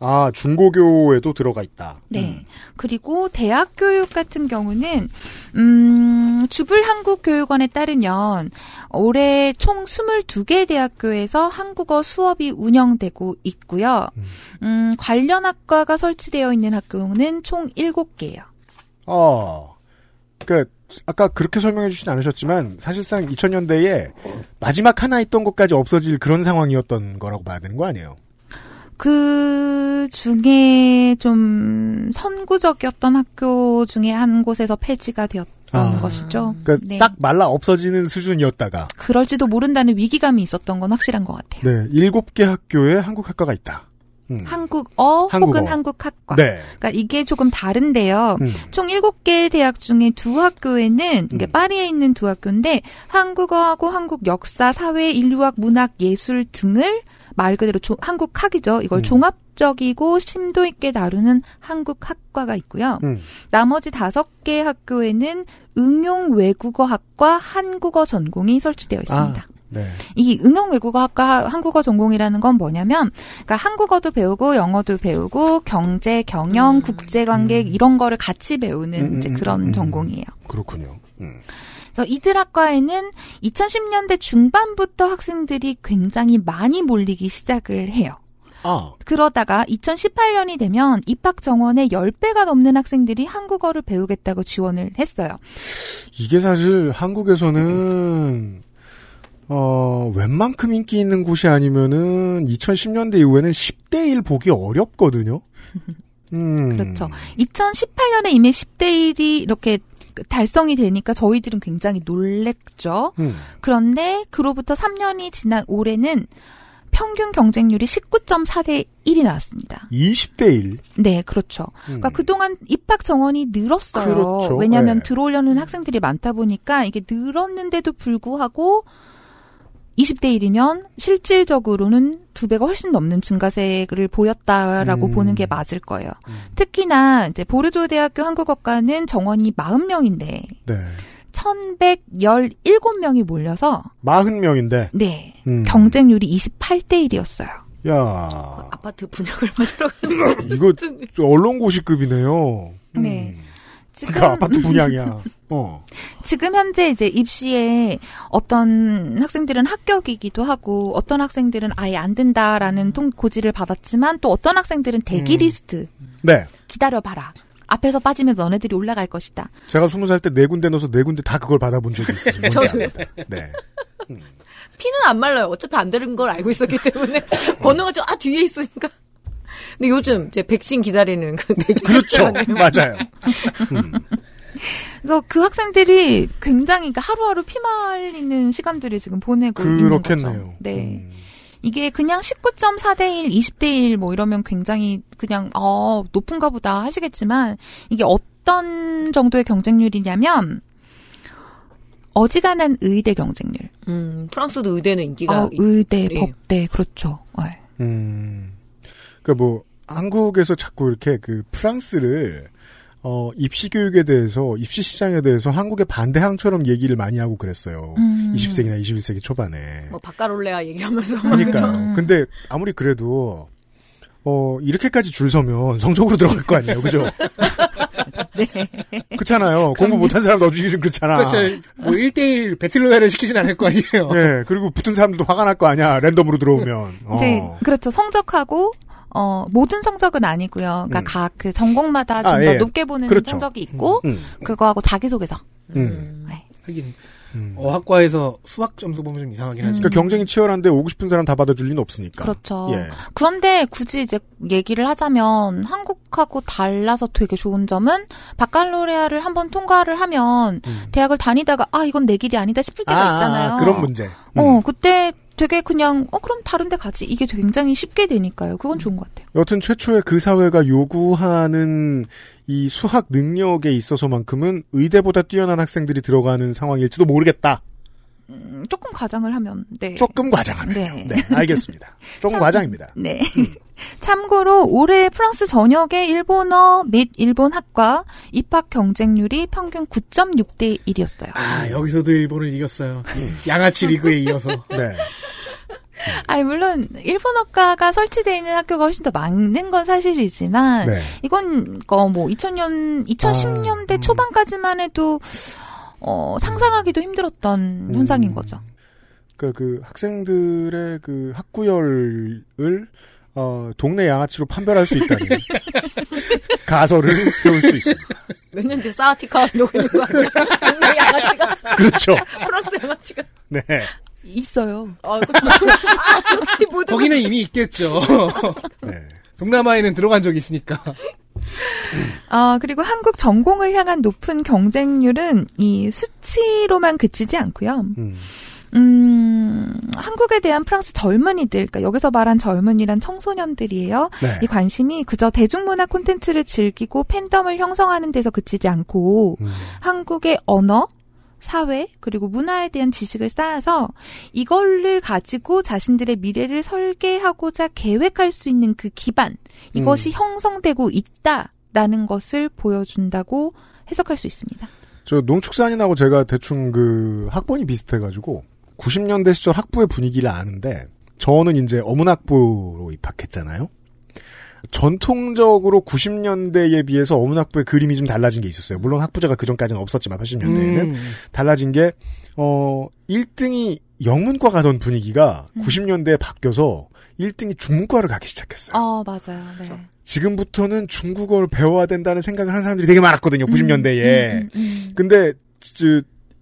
아, 중고교에도 들어가 있다.
네. 그리고 대학 교육 같은 경우는 음, 주불 한국 교육원에 따르면 올해 총 22개 대학교에서 한국어 수업이 운영되고 있고요. 음, 관련 학과가 설치되어 있는 학교는 총 7개예요.
어, 그, 아까 그렇게 설명해 주진 않으셨지만, 사실상 2000년대에 마지막 하나 있던 것까지 없어질 그런 상황이었던 거라고 봐야 되는 거 아니에요?
그 중에 좀 선구적이었던 학교 중에 한 곳에서 폐지가 되었던
아.
것이죠.
그러니까
네.
싹 말라 없어지는 수준이었다가,
그럴지도 모른다는 위기감이 있었던 건 확실한 것 같아요.
네, 일곱 개 학교에 한국 학과가 있다. 음.
한국어,
한국어.
혹은 한국학과.
네.
그러니까 이게 조금 다른데요.
음.
총 7개 대학 중에 두 학교에는 이게 파리에 있는 두 학교인데 한국어하고 한국 역사, 사회, 인류학, 문학, 예술 등을 말 그대로 조- 한국학이죠.
음.
이걸 종합적이고 심도 있게 다루는 한국학과가 있고요.
음.
나머지 다섯 개 학교에는 응용 외국어학과 한국어 전공이 설치되어 있습니다.
네.
이 응용 외국어학과 한국어 전공이라는 건 뭐냐면, 그러니까 한국어도 배우고 영어도 배우고 경제, 경영, 국제관계 이런 거를 같이 배우는 이제 그런 전공이에요.
그렇군요. 음.
그래서 이들 학과에는 2010년대 중반부터 학생들이 굉장히 많이 몰리기 시작을 해요.
아,
그러다가 2018년이 되면 입학 정원의 10배가 넘는 학생들이 한국어를 배우겠다고 지원을 했어요.
이게 사실 한국에서는 어 웬만큼 인기 있는 곳이 아니면은 2010년대 이후에는 10대 1 보기 어렵거든요. 음.
그렇죠. 2018년에 이미 10대 1이 이렇게 달성이 되니까 저희들은 굉장히 놀랬죠.
음.
그런데 그로부터 3년이 지난 올해는 평균 경쟁률이 19.4대 1이 나왔습니다.
20대 1.
네, 그렇죠. 그러니까 그동안 입학 정원이 늘었어요.
음. 그렇죠.
왜냐하면
네.
들어오려는 학생들이 많다 보니까 이게 늘었는데도 불구하고 20대 1이면 실질적으로는 두 배가 훨씬 넘는 증가세를 보였다라고
음.
보는 게 맞을 거예요. 특히나 이제 보르도 대학교 한국어과는 정원이 40명인데
네.
1117명이 몰려서
40명인데.
네.
음.
경쟁률이 28대 1이었어요.
야.
뭐 아파트 분양을 받으러
이거 저 언론 고시급이네요.
네. 지금
그러니까 아파트 분양이야. 어.
지금 현재 이제 입시에 어떤 학생들은 합격이기도 하고 어떤 학생들은 아예 안 된다라는 통- 고지를 받았지만 또 어떤 학생들은 대기
음.
리스트
네.
기다려봐라. 앞에서 빠지면 너네들이 올라갈 것이다.
제가 20살 때 네 군데 넣어서 네 군데 다 그걸 받아본 적이 있어요.
저도요.
네.
피는 안 말라요. 어차피 안 되는 걸 알고 있었기 때문에 번호가 좀 아 뒤에 있으니까. 근데 요즘 이제 백신 기다리는 그 대기
그렇죠. 맞아요.
그래서 그 학생들이 굉장히 그러니까 하루하루 피말리는 시간들을 지금 보내고 있는 거죠.
그렇겠네요. 음.
네. 이게 그냥 19.4대 1, 20대 1 뭐 이러면 굉장히 그냥 어 높은가 보다 하시겠지만 이게 어떤 정도의 경쟁률이냐면 어지간한 의대 경쟁률.
음, 프랑스도 의대는 인기가
어, 의대,
예.
법대 그렇죠. 네.
음. 그러니까 뭐 한국에서 자꾸 이렇게 그 프랑스를 어 입시 교육에 대해서 입시 시장에 대해서 한국의 반대항처럼 얘기를 많이 하고 그랬어요.
음.
20세기나 21세기 초반에.
뭐 바카롤레아 얘기하면서 막
그러니까 근데 아무리 그래도 어 이렇게까지 줄 서면 성적으로 들어갈 거 아니에요, 그죠? 그렇잖아요. 공부 못한 사람 넣어주기 좀 그렇잖아.
그렇죠. 뭐 1대1 배틀로얄을 시키진 않을 거 아니에요.
예, 그리고 붙은 사람들도 화가 날 거 아니야. 랜덤으로 들어오면. 어.
이제 그렇죠. 성적하고 어 모든 성적은 아니고요. 그러니까
음.
각 그 전공마다 좀
아,
더
예.
높게 보는
그렇죠.
성적이 있고
음.
그거하고 자기소개서.
음.
네.
하긴
음.
어학과에서 수학 점수 보면 좀 이상하긴 하죠.
그러니까 경쟁이 치열한데 오고 싶은 사람 다 받아줄 리는 없으니까.
그렇죠.
예.
그런데 굳이 이제 얘기를 하자면 한국하고 달라서 되게 좋은 점은 바칼로레아를 한번 통과를 아,
아,
하면 대학을 다니다가 아 이건 내 길이 아니다 싶을 때가 있잖아요.
그런 문제.
어 그때 되게 그냥 어 그럼 다른 데 가지 이게 굉장히 쉽게 되니까요. 그건 좋은 것 같아요.
여튼 최초에 그 사회가 요구하는 이 수학 능력에 있어서만큼은 의대보다 뛰어난 학생들이 들어가는 상황일지도 모르겠다.
음, 조금 과장을 하면 네.
조금 과장하면 네. 네, 알겠습니다. 조금
참,
과장입니다.
네. 참고로 올해 프랑스 전역의 일본어 및 일본 학과 입학 경쟁률이 평균 9.6대 1이었어요.
아, 여기서도 일본을 이겼어요. 양아치 리그에 이어서.
네.
아니 물론 일본어과가 설치되어 있는 학교가 훨씬 더 많은 건 사실이지만
네.
이건 거뭐 2000년 2010년대 초반까지만 해도 어 상상하기도 힘들었던 현상인 거죠.
그, 그 학생들의 그 학구열을 어, 동네 양아치로 판별할 수 있다니 가설을 세울 수 있습니다.
몇 년 뒤에 사티카 이러고 있는 거 아니야? 동네 양아치가.
그렇죠.
프랑스 양아치가.
네.
있어요.
아, 그렇죠. 아, 역시 모든.
거기는 이미 있겠죠.
네.
동남아에는 들어간 적이 있으니까.
아, 그리고 한국 전공을 향한 높은 경쟁률은 이 수치로만 그치지 않고요.
음.
한국에 대한 프랑스 젊은이들, 그러니까 여기서 말한 젊은이란 청소년들이에요.
네.
이 관심이 그저 대중문화 콘텐츠를 즐기고 팬덤을 형성하는 데서 그치지 않고 한국의 언어, 사회, 그리고 문화에 대한 지식을 쌓아서 이걸를 가지고 자신들의 미래를 설계하고자 계획할 수 있는 그 기반, 이것이
음.
형성되고 있다라는 것을 보여준다고 해석할 수 있습니다.
저 농축산인하고 제가 대충 그 학번이 비슷해가지고 90년대 시절 학부의 분위기를 아는데 저는 이제 어문학부로 입학했잖아요. 전통적으로 90년대에 비해서 어문학부의 그림이 좀 달라진 게 있었어요. 물론 학부제가 그 전까지는 없었지만 80년대에는
음.
달라진 게 어, 1등이 영문과 가던 분위기가
음.
90년대에 바뀌어서 1등이 중문과를 가기 시작했어요.
어, 맞아요. 네.
지금부터는 중국어를 배워야 된다는 생각을 한 사람들이 되게 많았거든요. 90년대에. 그
음, 음.
근데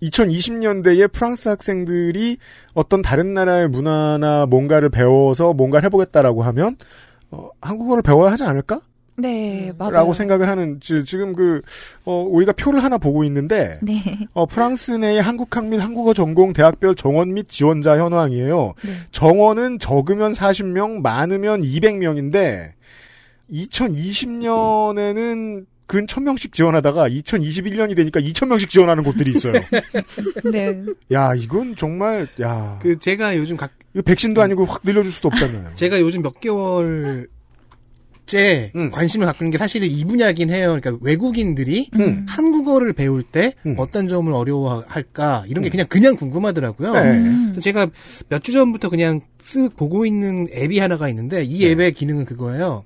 2020년대에 프랑스 학생들이 어떤 다른 나라의 문화나 뭔가를 배워서 뭔가를 해보겠다라고 하면 어, 한국어를 배워야 하지 않을까?
네, 맞아요.
라고 생각을 하는 지- 지금 그 어, 우리가 표를 하나 보고 있는데
네.
어, 프랑스 내의 한국학 및 한국어 전공 대학별 정원 및 지원자 현황이에요.
네.
정원은 적으면 40명, 많으면 200명인데 2020년에는 근 1000명씩 지원하다가 2021년이 되니까 2000명씩 지원하는 곳들이 있어요.
네.
야, 이건 정말 야.
그 제가 요즘 각
이거 백신도 아니고 확 늘려줄 수도 없잖아요.
제가 요즘 몇 개월째
음.
관심을 갖고 있는 게 사실 이 분야긴 해요. 그러니까 외국인들이
음.
한국어를 배울 때 어떤 점을 어려워할까 이런
음.
게 그냥 그냥 궁금하더라고요.
네. 음.
그래서 제가 몇 주 전부터 그냥 쓱 보고 있는 앱이 하나가 있는데 이
네.
앱의 기능은 그거예요.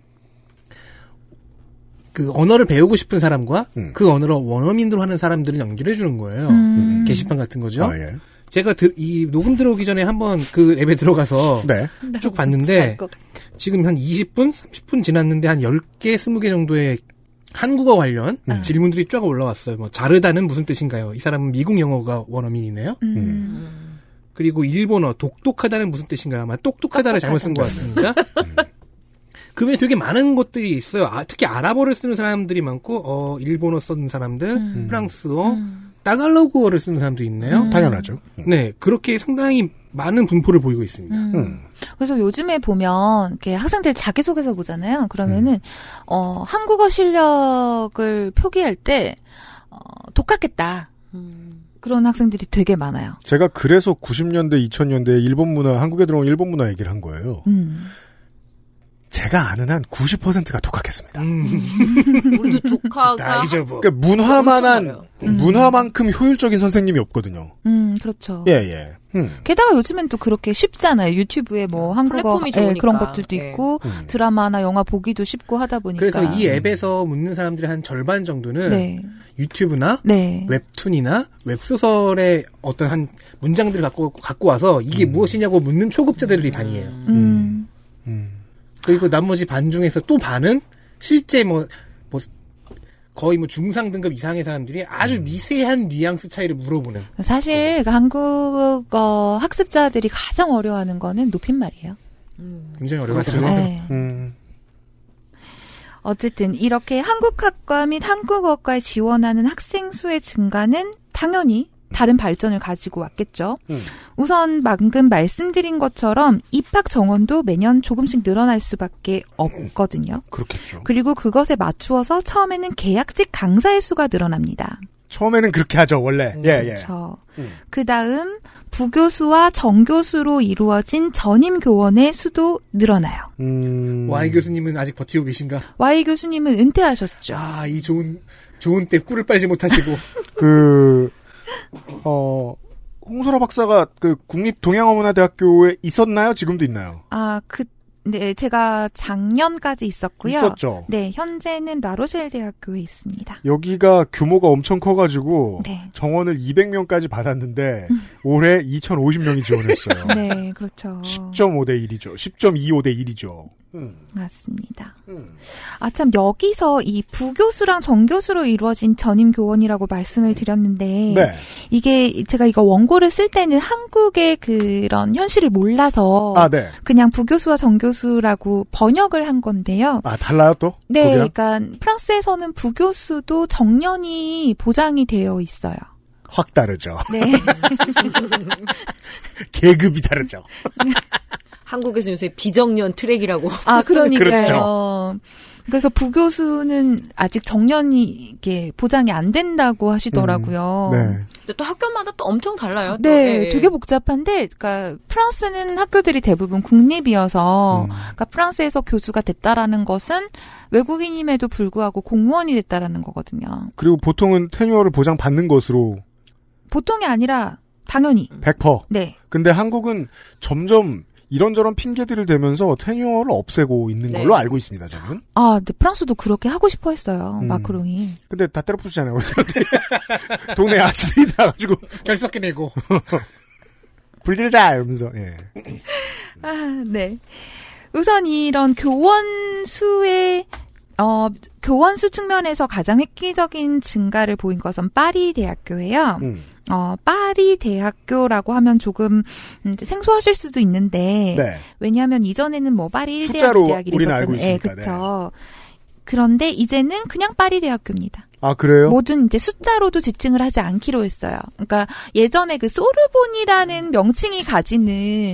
그 언어를 배우고 싶은 사람과
음.
그 언어를 원어민으로 하는 사람들을 연결해 주는 거예요.
음.
게시판 같은 거죠.
아, 예.
제가 들- 이 녹음 들어오기 전에 한번 그 앱에
네.
들어가서 쭉 봤는데 지금 한 20분, 30분 지났는데 한 10개, 20개 정도의 한국어 관련 질문들이 쫙 올라왔어요. 뭐 자르다는 무슨 뜻인가요? 이 사람은 미국 영어가 원어민이네요.
음.
그리고 일본어 똑똑하다는 무슨 뜻인가요? 아마 똑똑하다를 잘못 쓴 것 같습니다. 음. 그 외에 되게 많은 것들이 있어요. 아, 특히 아랍어를 쓰는 사람들이 많고 어, 일본어 쓰는 사람들, 프랑스어,
음.
따갈로그어를 쓰는 사람도
음.
있네요.
당연하죠.
네, 그렇게 상당히 많은 분포를 보이고 있습니다.
음. 그래서 요즘에 보면 이렇게 학생들 자기소개서 보잖아요. 그러면은 어 한국어 실력을 표기할 때 어, 독학했다
음.
그런 학생들이 되게 많아요.
제가 그래서 90년대, 2000년대에 일본 문화, 한국에 들어온 일본 문화 얘기를 한 거예요.
음.
제가 아는 한 90%가 독학했습니다.
음,
우리도 조카가.
뭐.
그러니까 문화만한 문화만큼 효율적인 선생님이 없거든요.
음 그렇죠.
예, 예. 음.
게다가 요즘엔 또 그렇게 쉽잖아요. 유튜브에 뭐 한국어
네. 플랫폼이
예,
좋으니까.
그런 것들도 있고
음.
드라마나 영화 보기도 쉽고 하다 보니까
그래서 이 앱에서 묻는 사람들의 한 절반 정도는
네.
유튜브나
네.
웹툰이나 웹소설의 어떤 한 문장들을 갖고, 갖고 와서 이게 무엇이냐고 묻는 초급자들이 반이에요.
음.
그리고 나머지 반 중에서 또 반은 실제 뭐, 뭐 거의 뭐 중상 등급 이상의 사람들이 아주 미세한 뉘앙스 차이를 음. 물어보는.
사실 그 한국어 학습자들이 가장 어려워하는 거는 높임말이에요.
굉장히 어려워하더라고요.
네.
음,
어쨌든 이렇게 한국학과 및 한국어과에 지원하는 학생 수의 증가는 당연히 다른 발전을 가지고 왔겠죠.
음.
우선 방금 말씀드린 것처럼 입학 정원도 매년 조금씩 늘어날 수밖에 없거든요.
그렇겠죠.
그리고 그것에 맞추어서 처음에는 계약직 강사의 수가 늘어납니다.
처음에는 그렇게 하죠, 원래. 예, 예.
그렇죠.
음.
그 다음 부교수와 정교수로 이루어진 전임 교원의 수도 늘어나요.
음,
Y 교수님은 아직 버티고 계신가?
Y 교수님은 은퇴하셨죠.
아, 이 좋은, 좋은 때 꿀을 빨지 못하시고.
그, 어, 홍소라 박사가 그 국립동양어문화대학교에 있었나요? 지금도 있나요?
아, 그, 네, 제가 작년까지 있었고요.
있었죠.
네, 현재는 라로셀 대학교에 있습니다.
여기가 규모가 엄청 커가지고
네. 음.
정원을 200명까지 받았는데 올해 2,050명이 지원했어요.
네, 그렇죠.
10.5대 1이죠. 10.25대 1이죠.
맞습니다.
음.
아, 참, 여기서 이 부교수랑 정교수로 이루어진 전임 교원이라고 말씀을 드렸는데,
네.
이게 제가 이거 원고를 쓸 때는 한국의 그런 현실을 몰라서,
아, 네.
그냥 부교수와 정교수라고 번역을 한 건데요.
아, 달라요 또?
네,
거기랑?
그러니까 프랑스에서는 부교수도 정년이 보장이 되어 있어요.
확 다르죠.
네.
계급이 다르죠.
한국에서 요새 비정년 트랙이라고.
아, 그러니까요.
그렇죠.
그래서 부교수는 아직 정년이 이게 보장이 안 된다고
음,
하시더라고요.
네.
근데 또 학교마다 또 엄청 달라요. 또.
네,
예, 예.
되게 복잡한데, 그러니까 프랑스는 학교들이 대부분 국립이어서, 그러니까 프랑스에서 교수가 됐다라는 것은 외국인임에도 불구하고 공무원이 됐다라는 거거든요.
그리고 보통은 테뉴어를 보장받는 것으로
보통이 아니라 당연히
100%.
네.
근데 한국은 점점 이런저런 핑계들을 대면서 테뉴어를 없애고 있는
네.
걸로 알고 있습니다, 저는.
아, 근데 프랑스도 그렇게 하고 싶어 했어요.
음.
마크롱이.
근데 다 때려 부수잖아요. 동네 아저씨들이 나가지고
결석기 내고
불지르자 이러면서 예.
아, 네. 우선 이런 교원 수의 어 교원 수 측면에서 가장 획기적인 증가를 보인 것은 파리 대학교예요.
음.
어 파리 대학교라고 하면 조금 음, 생소하실 수도 있는데
네.
왜냐하면 이전에는 뭐 파리 1대학
숫자로
대학이
우리는
있었잖아요.
알고 있으니까,
예, 그렇죠. 그런데 이제는 그냥 파리 대학교입니다.
아 그래요?
모든 이제 숫자로도 지칭을 하지 않기로 했어요. 그러니까 예전에 그 소르본이라는 명칭이
음.
가지는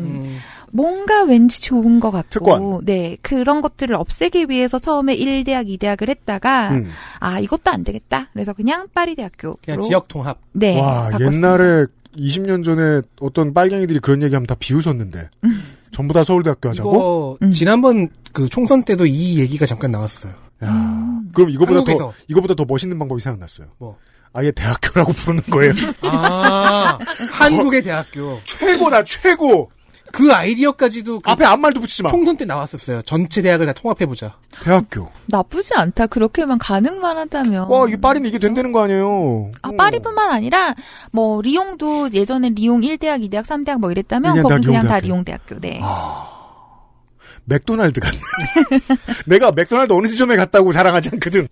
음.
뭔가 왠지 좋은 것 같고,
특권.
네 그런 것들을 없애기 위해서 처음에 1 대학, 2 대학을 했다가
음.
아 이것도 안 되겠다. 그래서 그냥 파리 대학교로
그냥 지역 통합.
네
와
바꿨습니다.
옛날에 20년 전에 어떤 빨갱이들이 그런 얘기하면 다 비웃었는데
음.
전부 다 서울대학교 하자고?
이거 지난번 그 총선 때도 이 얘기가 잠깐 나왔어요.
그럼 이거보다
한국에서.
더 이거보다 더 멋있는 방법이 생각났어요.
뭐?
아예 대학교라고 부르는 거예요.
아, 한국의 대학교.
최고다 최고.
그 아이디어까지도 그
앞에 아무 말도 붙이지 마.
총선 때 나왔었어요. 전체 대학을 다 통합해 보자.
대학교.
나쁘지 않다. 그렇게만 가능만 하다면.
와 이게 파리는 음. 이게 된다는 거 아니에요?
아, 파리뿐만 아니라 뭐 리옹도 예전에 리옹 1대학, 2대학, 3대학 뭐 이랬다면
그냥 다
거기 그냥 다
리옹
리옹대학교. 네.
어, 맥도날드 같네. 내가 맥도날드 어느 지점에 갔다고 자랑하지 않거든.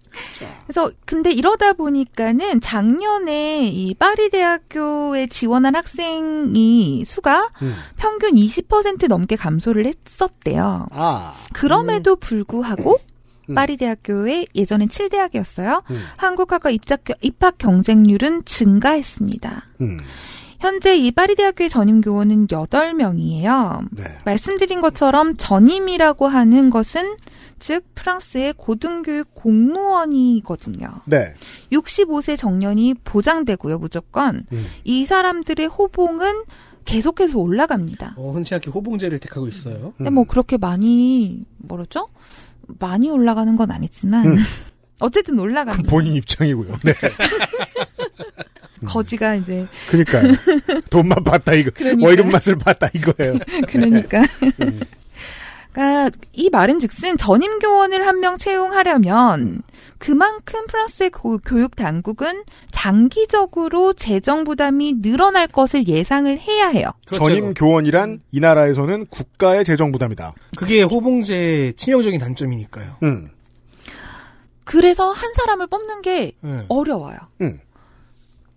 그래서 근데 이러다 보니까는 작년에 이 파리 대학교에 지원한 학생이 수가
음.
평균 20% 넘게 감소를 했었대요.
아.
그럼에도 불구하고
음.
파리 대학교에 예전엔 7대학이었어요.
음.
한국학과 입학, 입학 경쟁률은 증가했습니다.
음.
현재 이 파리 대학교의 전임 교원은 8명이에요.
네.
말씀드린 것처럼 전임이라고 하는 것은 즉 프랑스의 고등교육 공무원이거든요.
네.
65세 정년이 보장되고요, 무조건.
음.
이 사람들의 호봉은 계속해서 올라갑니다.
어, 흔치 않게 호봉제를 택하고 있어요.
근데
음.
뭐 그렇게 많이 뭐랬죠? 많이 올라가는 건 아니지만
음. 뭐,
어쨌든 올라갑니다.
본인 입장이고요. 네. 음.
거지가 이제
그니까요. 돈만 봤다 이거.
그러니까요.
월급 맛을 봤다 이거예요.
그러니까.
네. 음.
그러니까 이 말은즉슨 전임 교원을 한 명 채용하려면 그만큼 프랑스의 고- 교육 당국은 장기적으로 재정 부담이 늘어날 것을 예상을 해야 해요.
그렇죠.
전임 교원이란 이 나라에서는 국가의 재정 부담이다.
그게 호봉제의 치명적인 단점이니까요.
음.
그래서 한 사람을 뽑는 게
네.
어려워요.
음.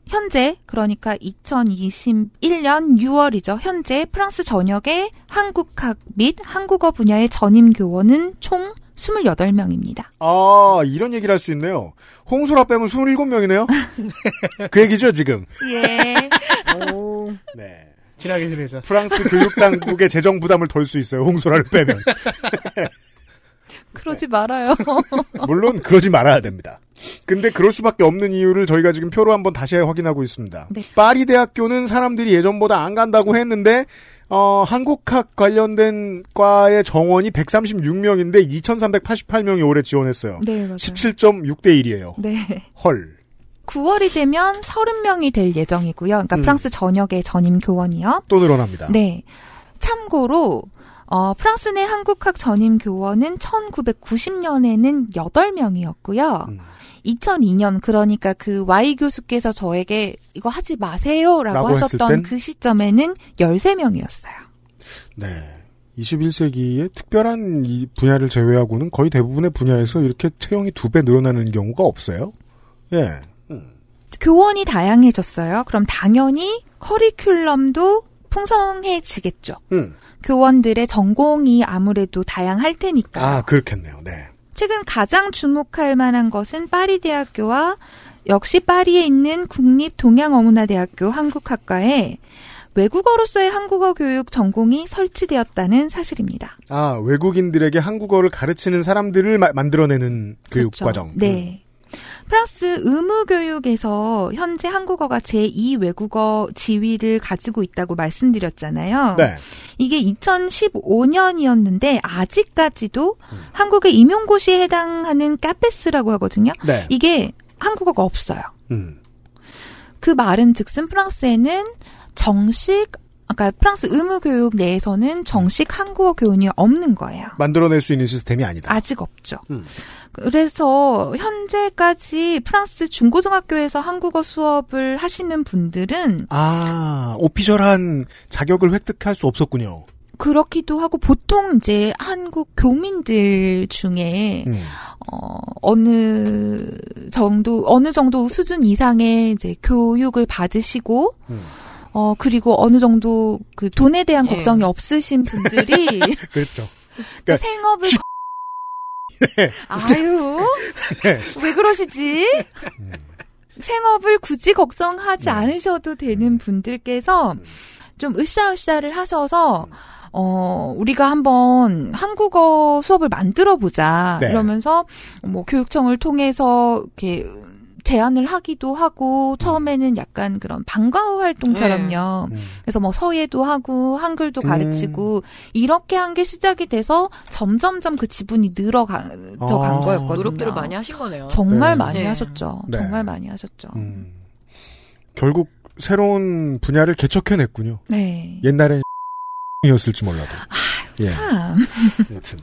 현재 그러니까 2021년 6월이죠. 현재 프랑스 전역의 한국학 및 한국어 분야의 전임 교원은 총 28명입니다.
아, 이런 얘기를 할 수 있네요. 홍소라 빼면 27명이네요? 그 얘기죠, 지금.
예.
용
네.
친하게 지내자.
프랑스 교육당국의 재정 부담을 덜 수 있어요. 홍소라를 빼면.
그러지 말아요.
물론 그러지 말아야 됩니다. 근데 그럴 수밖에 없는 이유를 저희가 지금 표로 한번 다시 확인하고 있습니다.
네.
파리 대학교는 사람들이 예전보다 안 간다고 했는데 어, 한국학 관련된 과의 정원이 136명인데 2,388명이 올해 지원했어요.
네, 맞아요.
17.6대 1이에요.
네.
헐.
9월이 되면 30명이 될 예정이고요. 그러니까
음.
프랑스 전역의 전임 교원이요.
또 늘어납니다.
네. 참고로 어, 프랑스 내 한국학 전임 교원은 1990년에는 8명이었고요.
음.
2002년 그러니까 그 Y 교수께서 저에게 이거 하지 마세요라고
라고 했을 땐?
하셨던 그 시점에는 13명이었어요.
네. 21세기에 특별한 이 분야를 제외하고는 거의 대부분의 분야에서 이렇게 채용이 두 배 늘어나는 경우가 없어요. 예.
교원이 다양해졌어요. 그럼 당연히 커리큘럼도 풍성해지겠죠.
음.
교원들의 전공이 아무래도 다양할 테니까.
아, 그렇겠네요. 네.
최근 가장 주목할 만한 것은 파리 대학교와 역시 파리에 있는 국립 동양어문화대학교 한국학과에 외국어로서의 한국어 교육 전공이 설치되었다는 사실입니다.
아, 외국인들에게 한국어를 가르치는 사람들을 마- 만들어내는 교육과정. 음.
네. 프랑스 의무교육에서 현재 한국어가 제2 외국어 지위를 가지고 있다고 말씀드렸잖아요.
네.
이게 2015년이었는데 아직까지도
음.
한국의 임용고시에 해당하는 까페스라고 하거든요.
네.
이게 한국어가 없어요.
음.
그 말은 즉슨 프랑스에는 정식 그러니까 프랑스 의무교육 내에서는 정식 한국어 교훈이 없는 거예요.
만들어낼 수 있는 시스템이 아니다.
아직 없죠.
음.
그래서 현재까지 프랑스 중고등학교에서 한국어 수업을 하시는 분들은
아, 오피셜한 자격을 획득할 수 없었군요.
그렇기도 하고 보통 이제 한국 교민들 중에
음.
어, 어느 정도 어느 정도 수준 이상의 이제 교육을 받으시고 어 그리고 어느 정도 그 돈에 대한
예.
걱정이 없으신 분들이
그렇죠. 그러니까
생업을 네. 아유
네.
왜 그러시지? 생업을 굳이 걱정하지
네.
않으셔도
음.
되는 분들께서 좀 으쌰으쌰를 하셔서 어 우리가 한번 한국어 수업을 만들어 보자
네.
이러면서 뭐 교육청을 통해서 이렇게 제안을 하기도 하고 처음에는 약간 그런 방과후
네.
활동처럼요.
음.
그래서 뭐 서예도 하고 한글도
음.
가르치고 이렇게 한 게 시작이 돼서 점점점 그 지분이 늘어간
아.
간 거였거든요.
노력들을 많이 하신 거네요.
정말
네.
많이
네.
하셨죠.
네. 음.
정말 많이 하셨죠.
결국 새로운 분야를 개척해냈군요.
네.
옛날엔 이었을지 몰라도. 예.
참.
여튼.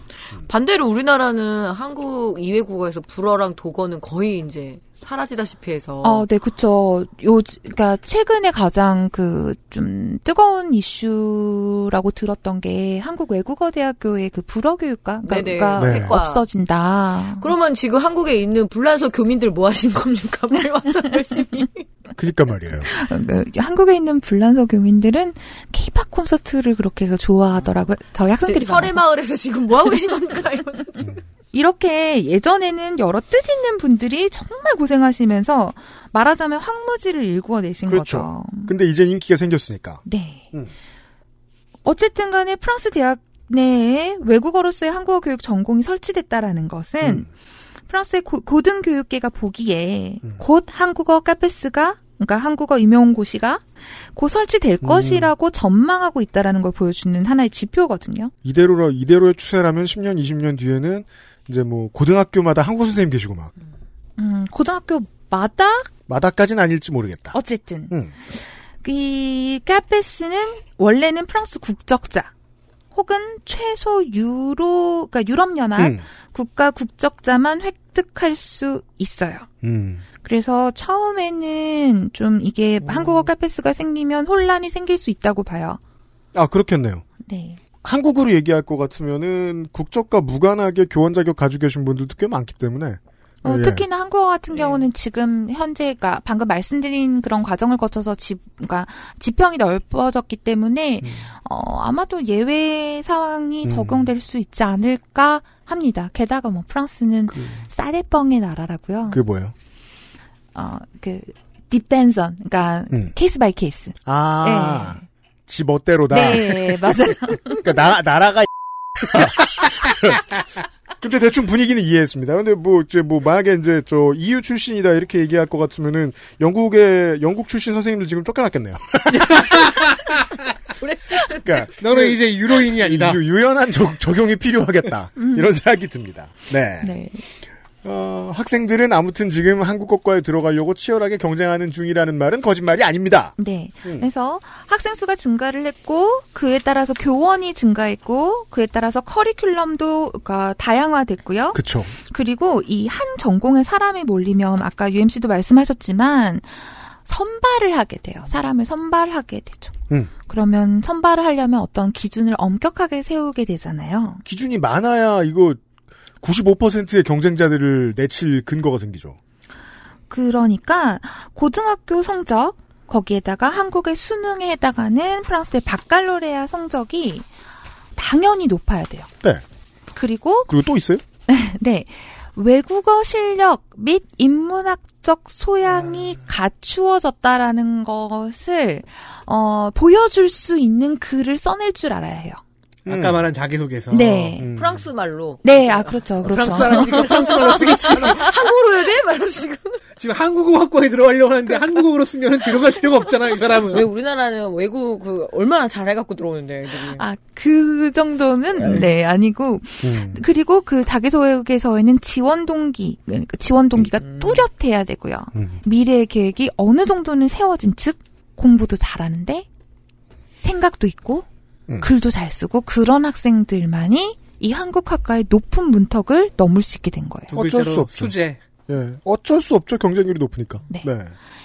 반대로 우리나라는 한국 이외국어에서 불어랑 독어는 거의 이제 사라지다시피 해서
아, 네, 그쵸. 요, 그니까, 최근에 가장 그, 좀, 뜨거운 이슈라고 들었던 게, 한국 외국어 대학교의 그 불어 교육과?
네네.
그니까,
네. 교과.
없어진다.
그러면 지금 한국에 있는 불란서 교민들 뭐 하신 겁니까? 빨리 와서 열심히.
그니까 말이에요.
그 한국에 있는 불란서 교민들은 케이팝 콘서트를 그렇게 그 좋아하더라고요. 저희 학생들이.
설의
많아서.
마을에서 지금 뭐 하고 계신 겁니까? 이러면서.
이렇게 예전에는 여러 뜻 있는 분들이 정말 고생하시면서, 말하자면 황무지를 일구어내신
그렇죠.
거죠.
근데 이젠 인기가 생겼으니까.
네.
음.
어쨌든 간에 프랑스 대학 내에 외국어로서의 한국어 교육 전공이 설치됐다라는 것은 프랑스의 고, 고등교육계가 보기에 곧 한국어 카페스가 그러니까 한국어 임용고시가 곧 설치될 것이라고 전망하고 있다라는 걸 보여주는 하나의 지표거든요.
이대로 이대로의 추세라면 10년, 20년 뒤에는 이제 뭐 고등학교마다 한국 선생님 계시고 막
음, 고등학교마다
마다까진 아닐지 모르겠다.
어쨌든
음.
이 카페스는 원래는 프랑스 국적자 혹은 최소 유로 그러니까 유럽 연합
음.
국가 국적자만 획득할 수 있어요.
음.
그래서 처음에는 좀 이게 한국어 카페스가 생기면 혼란이 생길 수 있다고 봐요.
아 그렇겠네요.
네.
한국으로 얘기할 것 같으면은 국적과 무관하게 교원 자격 가지고 계신 분들도 꽤 많기 때문에
어,
예.
특히나 한국어 같은 경우는 지금 현재가 방금 말씀드린 그런 과정을 거쳐서 집, 그러니까 지평이 넓어졌기 때문에 어, 아마도 예외 상황이
음.
적용될 수 있지 않을까 합니다. 게다가
그
뭐 프랑스는 쌀쌀빵의 나라라고요.
그게 뭐예요?
어, 그 디펜선, 그러니까
음.
케이스 바이 케이스.
아, 지 멋대로다.
네, 맞아요.
그러니까 나라, 나라가. 근데 대충 분위기는 이해했습니다. 근데 뭐, 이제 뭐, 만약에 이제 저 EU 출신이다 이렇게 얘기할 것 같으면은 영국의, 영국 출신 선생님들 지금 쫓겨났겠네요.
브렉시트
그러니까.
너는 이제 유로인이 아니다.
유, 연한 적, 적용이 필요하겠다.
음.
이런 생각이 듭니다. 네.
네.
어, 학생들은 아무튼 지금 한국 국과에 들어가려고 치열하게 경쟁하는 중이라는 말은 거짓말이 아닙니다.
네. 그래서 학생 수가 증가를 했고 그에 따라서 교원이 증가했고 그에 따라서 커리큘럼도 그러니까 다양화됐고요.
그쵸.
그리고 이 한 전공에 사람이 몰리면 아까 UMC도 말씀하셨지만 선발을 하게 돼요. 사람을 선발하게 되죠.
음.
그러면 선발을 하려면 어떤 기준을 엄격하게 세우게 되잖아요.
기준이 많아야 이거 95%의 경쟁자들을 내칠 근거가 생기죠.
그러니까 고등학교 성적 거기에다가 한국의 수능에 해당하는 프랑스의 바칼로레아 성적이 당연히 높아야 돼요.
네.
그리고
그리고 또 있어요?
네. 외국어 실력 및 인문학적
네.
소양이 갖추어졌다라는 것을 어, 보여줄 수 있는 글을 써낼 줄 알아야 해요.
아까 말한 자기소개서.
네.
프랑스 말로.
네, 아 그렇죠, 그렇죠.
어. 프랑스 사람이니까 프랑스 말로 쓰겠지.
한국어로 해야 돼? 말로 지금.
지금 한국어 학과에 들어가려고 하는데 한국어로 쓰면 들어갈 필요가 없잖아요, 이 사람은.
왜 우리나라는 외국 그 얼마나 잘해갖고 들어오는데 애들이.
아그 정도는 네 아니고
음.
그리고 그 자기소개서에는 지원 동기 그러니까 지원 동기가
음.
뚜렷해야 되고요.
음.
미래 계획이 어느 정도는 세워진 즉 공부도 잘하는데 생각도 있고
음.
글도 잘 쓰고 그런 학생들만이 이 한국 학과의 높은 문턱을 넘을 수 있게 된 거예요.
두 글자로 수제.
예. 어쩔 수 없죠. 경쟁률이 높으니까. 네.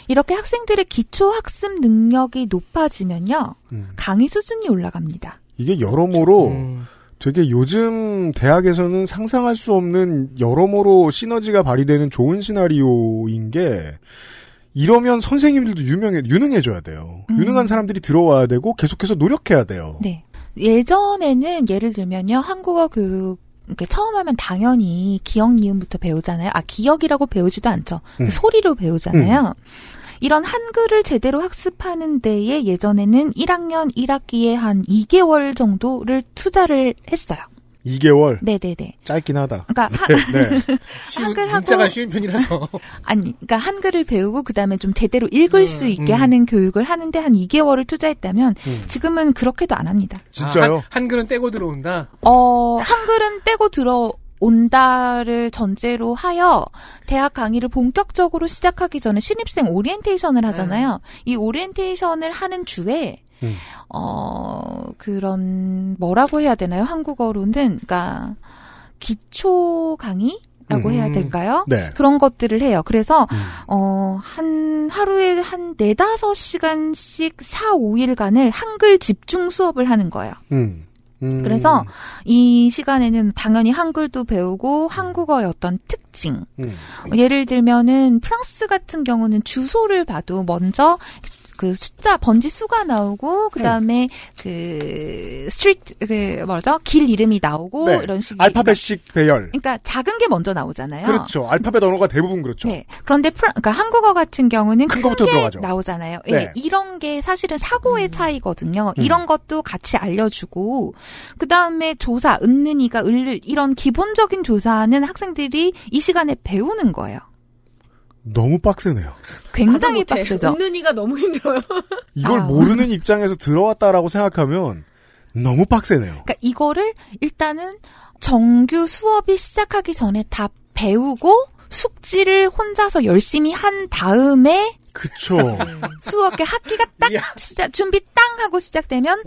이렇게 학생들의 기초 학습 능력이 높아지면요.
음.
강의 수준이 올라갑니다.
이게 여러모로
음.
되게 요즘 대학에서는 상상할 수 없는 여러모로 시너지가 발휘되는 좋은 시나리오인 게 이러면 선생님들도 유명해 유능해져야 돼요.
음.
유능한 사람들이 들어와야 되고 계속해서 노력해야 돼요.
네. 예전에는 예를 들면요. 한국어 교육 이렇게 처음 하면 당연히 기억 니은부터 배우잖아요. 아, 기억이라고 배우지도 않죠. 그
음.
소리로 배우잖아요. 이런 한글을 제대로 학습하는 데에 예전에는 1학년 1학기에 한 2개월 정도를 투자를 했어요.
2개월
네네네.
짧긴 하다.
그러니까
네, 네.
한글하고
문자가 쉬운 편이라서.
아니, 그러니까 한글을 배우고 그다음에 좀 제대로 읽을 수 있게
음.
하는 교육을 하는데 한 2개월을 투자했다면
음.
지금은 그렇게도 안 합니다.
아, 한, 한글은 떼고 들어온다.
어, 한글은 떼고 들어온다를 전제로 하여 대학 강의를 본격적으로 시작하기 전에 신입생 오리엔테이션을 하잖아요. 이 오리엔테이션을 하는 주에
음.
어, 그런 뭐라고 해야 되나요? 한국어로는 그러니까 기초 강의 라고 해야
음.
될까요?
네.
그런 것들을 해요. 그래서 어, 한 하루에 한 네다섯 시간씩 4, 5일간을 한글 집중 수업을 하는 거예요.
음. 음.
그래서 이 시간에는 당연히 한글도 배우고 한국어의 어떤 특징.
음.
예를 들면은 프랑스 같은 경우는 주소를 봐도 먼저 그 숫자 번지 수가 나오고
네.
그다음에 그 스트리트 그 뭐죠? 길 이름이 나오고
네.
이런 식이
알파벳식 배열.
그러니까 작은 게 먼저 나오잖아요.
그렇죠. 알파벳 언어가 대부분 그렇죠.
예. 네. 그런데 프라, 그러니까 한국어 같은 경우는 큰
것부터
게
들어가죠.
나오잖아요. 예,
네.
이런 게 사실은 사고의 차이거든요.
음.
이런 것도 같이 알려주고 그 다음에 조사, 은는이가 을을 이런 기본적인 조사는 학생들이 이 시간에 배우는 거예요.
너무 빡세네요.
굉장히
가도 못해.
빡세죠.
웃는 이가 너무 힘들어요.
이걸
아.
모르는 입장에서 들어왔다라고 생각하면 너무 빡세네요.
그러니까 이거를 일단은 정규 수업이 시작하기 전에 다 배우고 숙지를 혼자서 열심히 한 다음에
그쵸.
수업계 학기가 딱 시작 준비 땅 하고 시작되면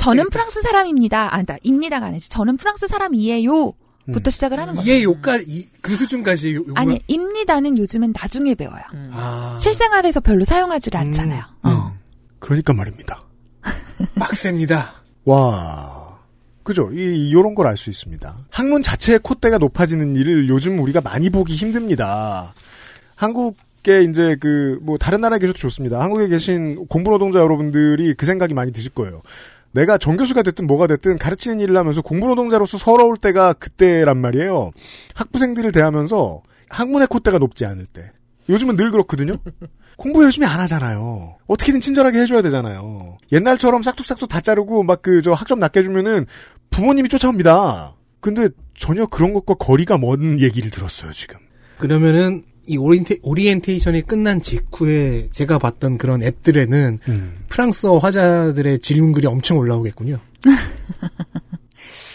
저는 프랑스 사람입니다. 아니다 입니다가 아니지. 저는 프랑스 사람이에요. 부터 시작을 하는 거죠.
음. 이해 요까지, 이- 그 수준까지 요, 요구가-
아니 입니다는 요즘엔 나중에 배워요.
아,
실생활에서 별로
음.
사용하지를 않잖아요.
어.
어.
그러니까 말입니다.
빡셉니다.
와. 그죠? 이, 요런 걸 알 수 있습니다. 학문 자체의 콧대가 높아지는 일을 요즘 우리가 많이 보기 힘듭니다. 한국에 이제 그, 뭐, 다른 나라에 계셔도 좋습니다. 한국에 계신 공부 노동자 여러분들이 그 생각이 많이 드실 거예요. 내가 정교수가 됐든 뭐가 됐든 가르치는 일을 하면서 공부 노동자로서 서러울 때가 그때란 말이에요. 학부생들을 대하면서 학문의 콧대가 높지 않을 때. 요즘은 늘 그렇거든요. 공부 열심히 안 하잖아요. 어떻게든 친절하게 해줘야 되잖아요. 옛날처럼 싹둑싹둑 다 자르고 막 그 저 학점 낮게 주면은 부모님이 쫓아옵니다. 근데 전혀 그런 것과 거리가 먼 얘기를 들었어요 지금.
그러면은 이 오리엔테, 오리엔테이션이 끝난 직후에 제가 봤던 그런 앱들에는 프랑스어 화자들의 질문글이 엄청 올라오겠군요.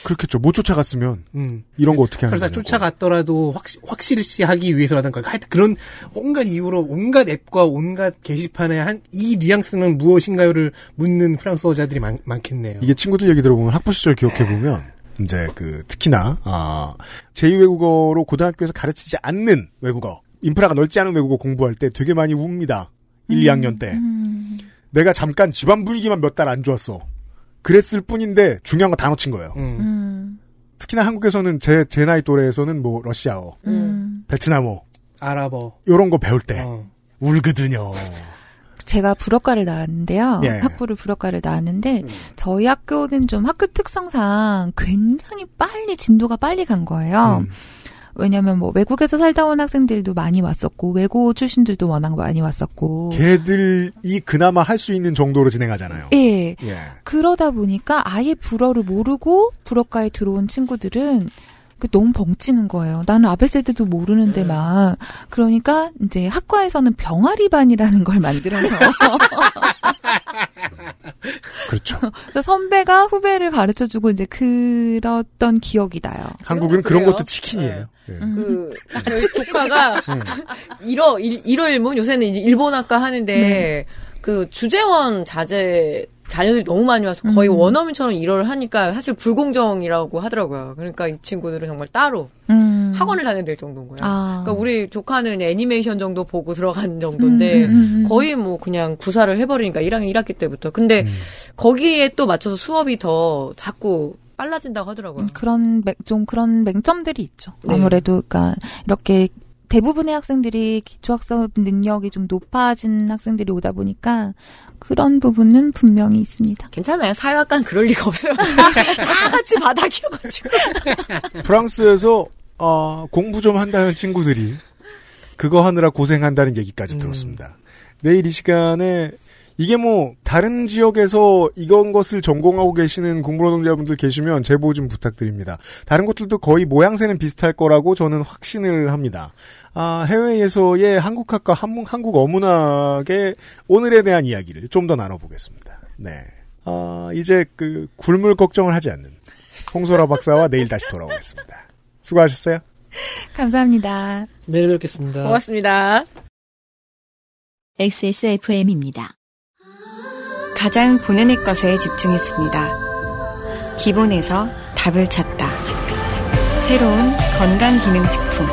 그렇겠죠. 못 쫓아갔으면
음.
이런 거 어떻게 하는
설사
거냐.
쫓아갔더라도 확, 확실시 하기 위해서라든가 하여튼 그런 온갖 이유로 온갖 앱과 온갖 게시판에 한 이 뉘앙스는 무엇인가요를 묻는 프랑스어자들이 많, 많겠네요.
이게 친구들 얘기 들어보면 학부 시절 기억해 보면 이제 그 특히나 아 제2 외국어로 고등학교에서 가르치지 않는 외국어 인프라가 넓지 않은 외국어 공부할 때 되게 많이 웁니다. 1, 2학년
네.
음,
때 내가 잠깐 집안 분위기만 몇 달 안 좋았어. 그랬을 뿐인데 중요한 거 다 놓친
음.
거예요.
음.
특히나 한국에서는 제 제 나이 또래에서는 뭐 러시아어,
음.
음.
베트남어,
아랍어
이런 거 배울 때 울거든요.
제가 불어과를 나왔는데요.
예.
학부를 불어과를 나왔는데
음.
저희 학교는 좀 학교 특성상 굉장히 빨리 진도가 빨리 간 거예요.
음.
왜냐면 뭐 외국에서 살다 온 학생들도 많이 왔었고 외고 출신들도 워낙 많이 왔었고
걔들이 그나마 할 수 있는 정도로 진행하잖아요.
예.
예.
그러다 보니까 아예 불어를 모르고 불어과에 들어온 친구들은 그 너무 벙찌는 거예요. 나는 아베세드도
네.
모르는데 막 그러니까 이제 학과에서는 병아리반이라는 걸 만들어서
그렇죠.
그래서 선배가 후배를 가르쳐 주고 이제 그랬던 기억이 나요.
한국은 그런 것도 치킨이에요. 네. 예.
음.
그
아,
저희 국화가 일어 일, 일어 일문 요새는 이제 일본학과 하는데
네.
그 주재원 자제 자녀들이 너무 많이 와서 거의
음.
원어민처럼 일어를 하니까 사실 불공정이라고 하더라고요. 그러니까 이 친구들은 정말 따로
음.
학원을 다녀야 될 정도인 거예요.
아.
그러니까 우리 조카는 애니메이션 정도 보고 들어간 정도인데
음, 음, 음, 음.
거의 뭐 그냥 구사를 해버리니까 1학년 1학기 때부터. 근데 거기에 또 맞춰서 수업이 더 자꾸
음.
빨라진다고 하더라고요.
그런 맹- 좀 그런 맹점들이 있죠.
네.
아무래도 그러니까 이렇게 대부분의 학생들이 기초학습 능력이 좀 높아진 학생들이 오다 보니까 그런 부분은 분명히 있습니다.
괜찮아요. 사회학과는 그럴 리가 없어요. 다 같이 바닥이어가지고.
프랑스에서 어, 공부 좀 한다는 친구들이 그거 하느라 고생한다는 얘기까지 들었습니다. 내일 이 시간에 이게 뭐 다른 지역에서 이건 것을 전공하고 계시는 공부노동자분들 계시면 제보 좀 부탁드립니다. 다른 것들도 거의 모양새는 비슷할 거라고 저는 확신을 합니다. 아, 해외에서의 한국학과 한문- 한국 어문학의 오늘에 대한 이야기를 좀 더 나눠보겠습니다. 네. 아, 이제 그 굶을 걱정을 하지 않는 홍소라 박사와 내일 다시 돌아오겠습니다. 수고하셨어요.
감사합니다.
내일 뵙겠습니다.
고맙습니다.
XSFM입니다.
가장 본연의 것에 집중했습니다. 기본에서 답을 찾다. 새로운 건강기능식품.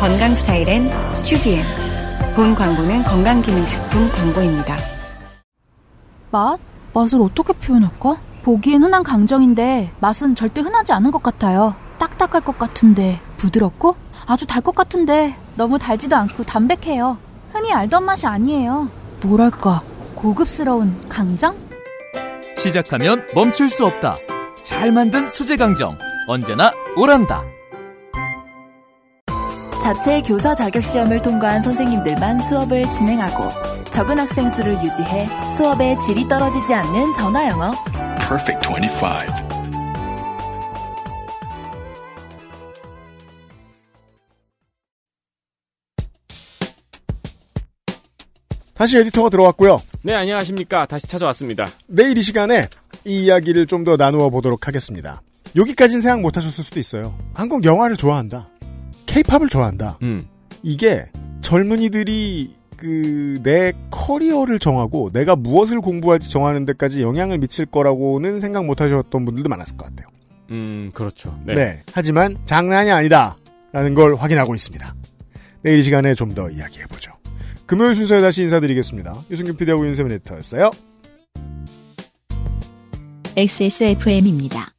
건강 스타일엔 튜비엔. 본 광고는 건강기능식품 광고입니다.
맛? 맛을 어떻게 표현할까? 보기엔 흔한 강정인데 맛은 절대 흔하지 않은 것 같아요. 딱딱할 것 같은데 부드럽고 아주 달 것 같은데 너무 달지도 않고 담백해요. 흔히 알던 맛이 아니에요. 뭐랄까 고급스러운 강정?
시작하면 멈출 수 없다. 잘 만든 수제 강정 언제나 오란다.
자체 교사 자격 시험을 통과한 선생님들만 수업을 진행하고 적은 학생 수를 유지해 수업의 질이 떨어지지 않는 전화 영어.
Perfect 25.
다시 에디터가 들어왔고요.
네, 안녕하십니까. 다시 찾아왔습니다.
내일 이 시간에 이 이야기를 좀 더 나누어 보도록 하겠습니다. 여기까지는 생각 못 하셨을 수도 있어요. 한국 영화를 좋아한다. 케이팝을 좋아한다. 이게 젊은이들이 그 내 커리어를 정하고 내가 무엇을 공부할지 정하는 데까지 영향을 미칠 거라고는 생각 못 하셨던 분들도 많았을 것 같아요.
음, 그렇죠.
네. 하지만 장난이 아니다. 라는 걸 확인하고 있습니다. 내일 이 시간에 좀 더 이야기해보죠. 금요일 순서에 다시 인사드리겠습니다. 유승균 PD하고 윤세민 에디터였어요.
XSFM입니다.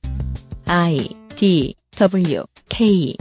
I D W K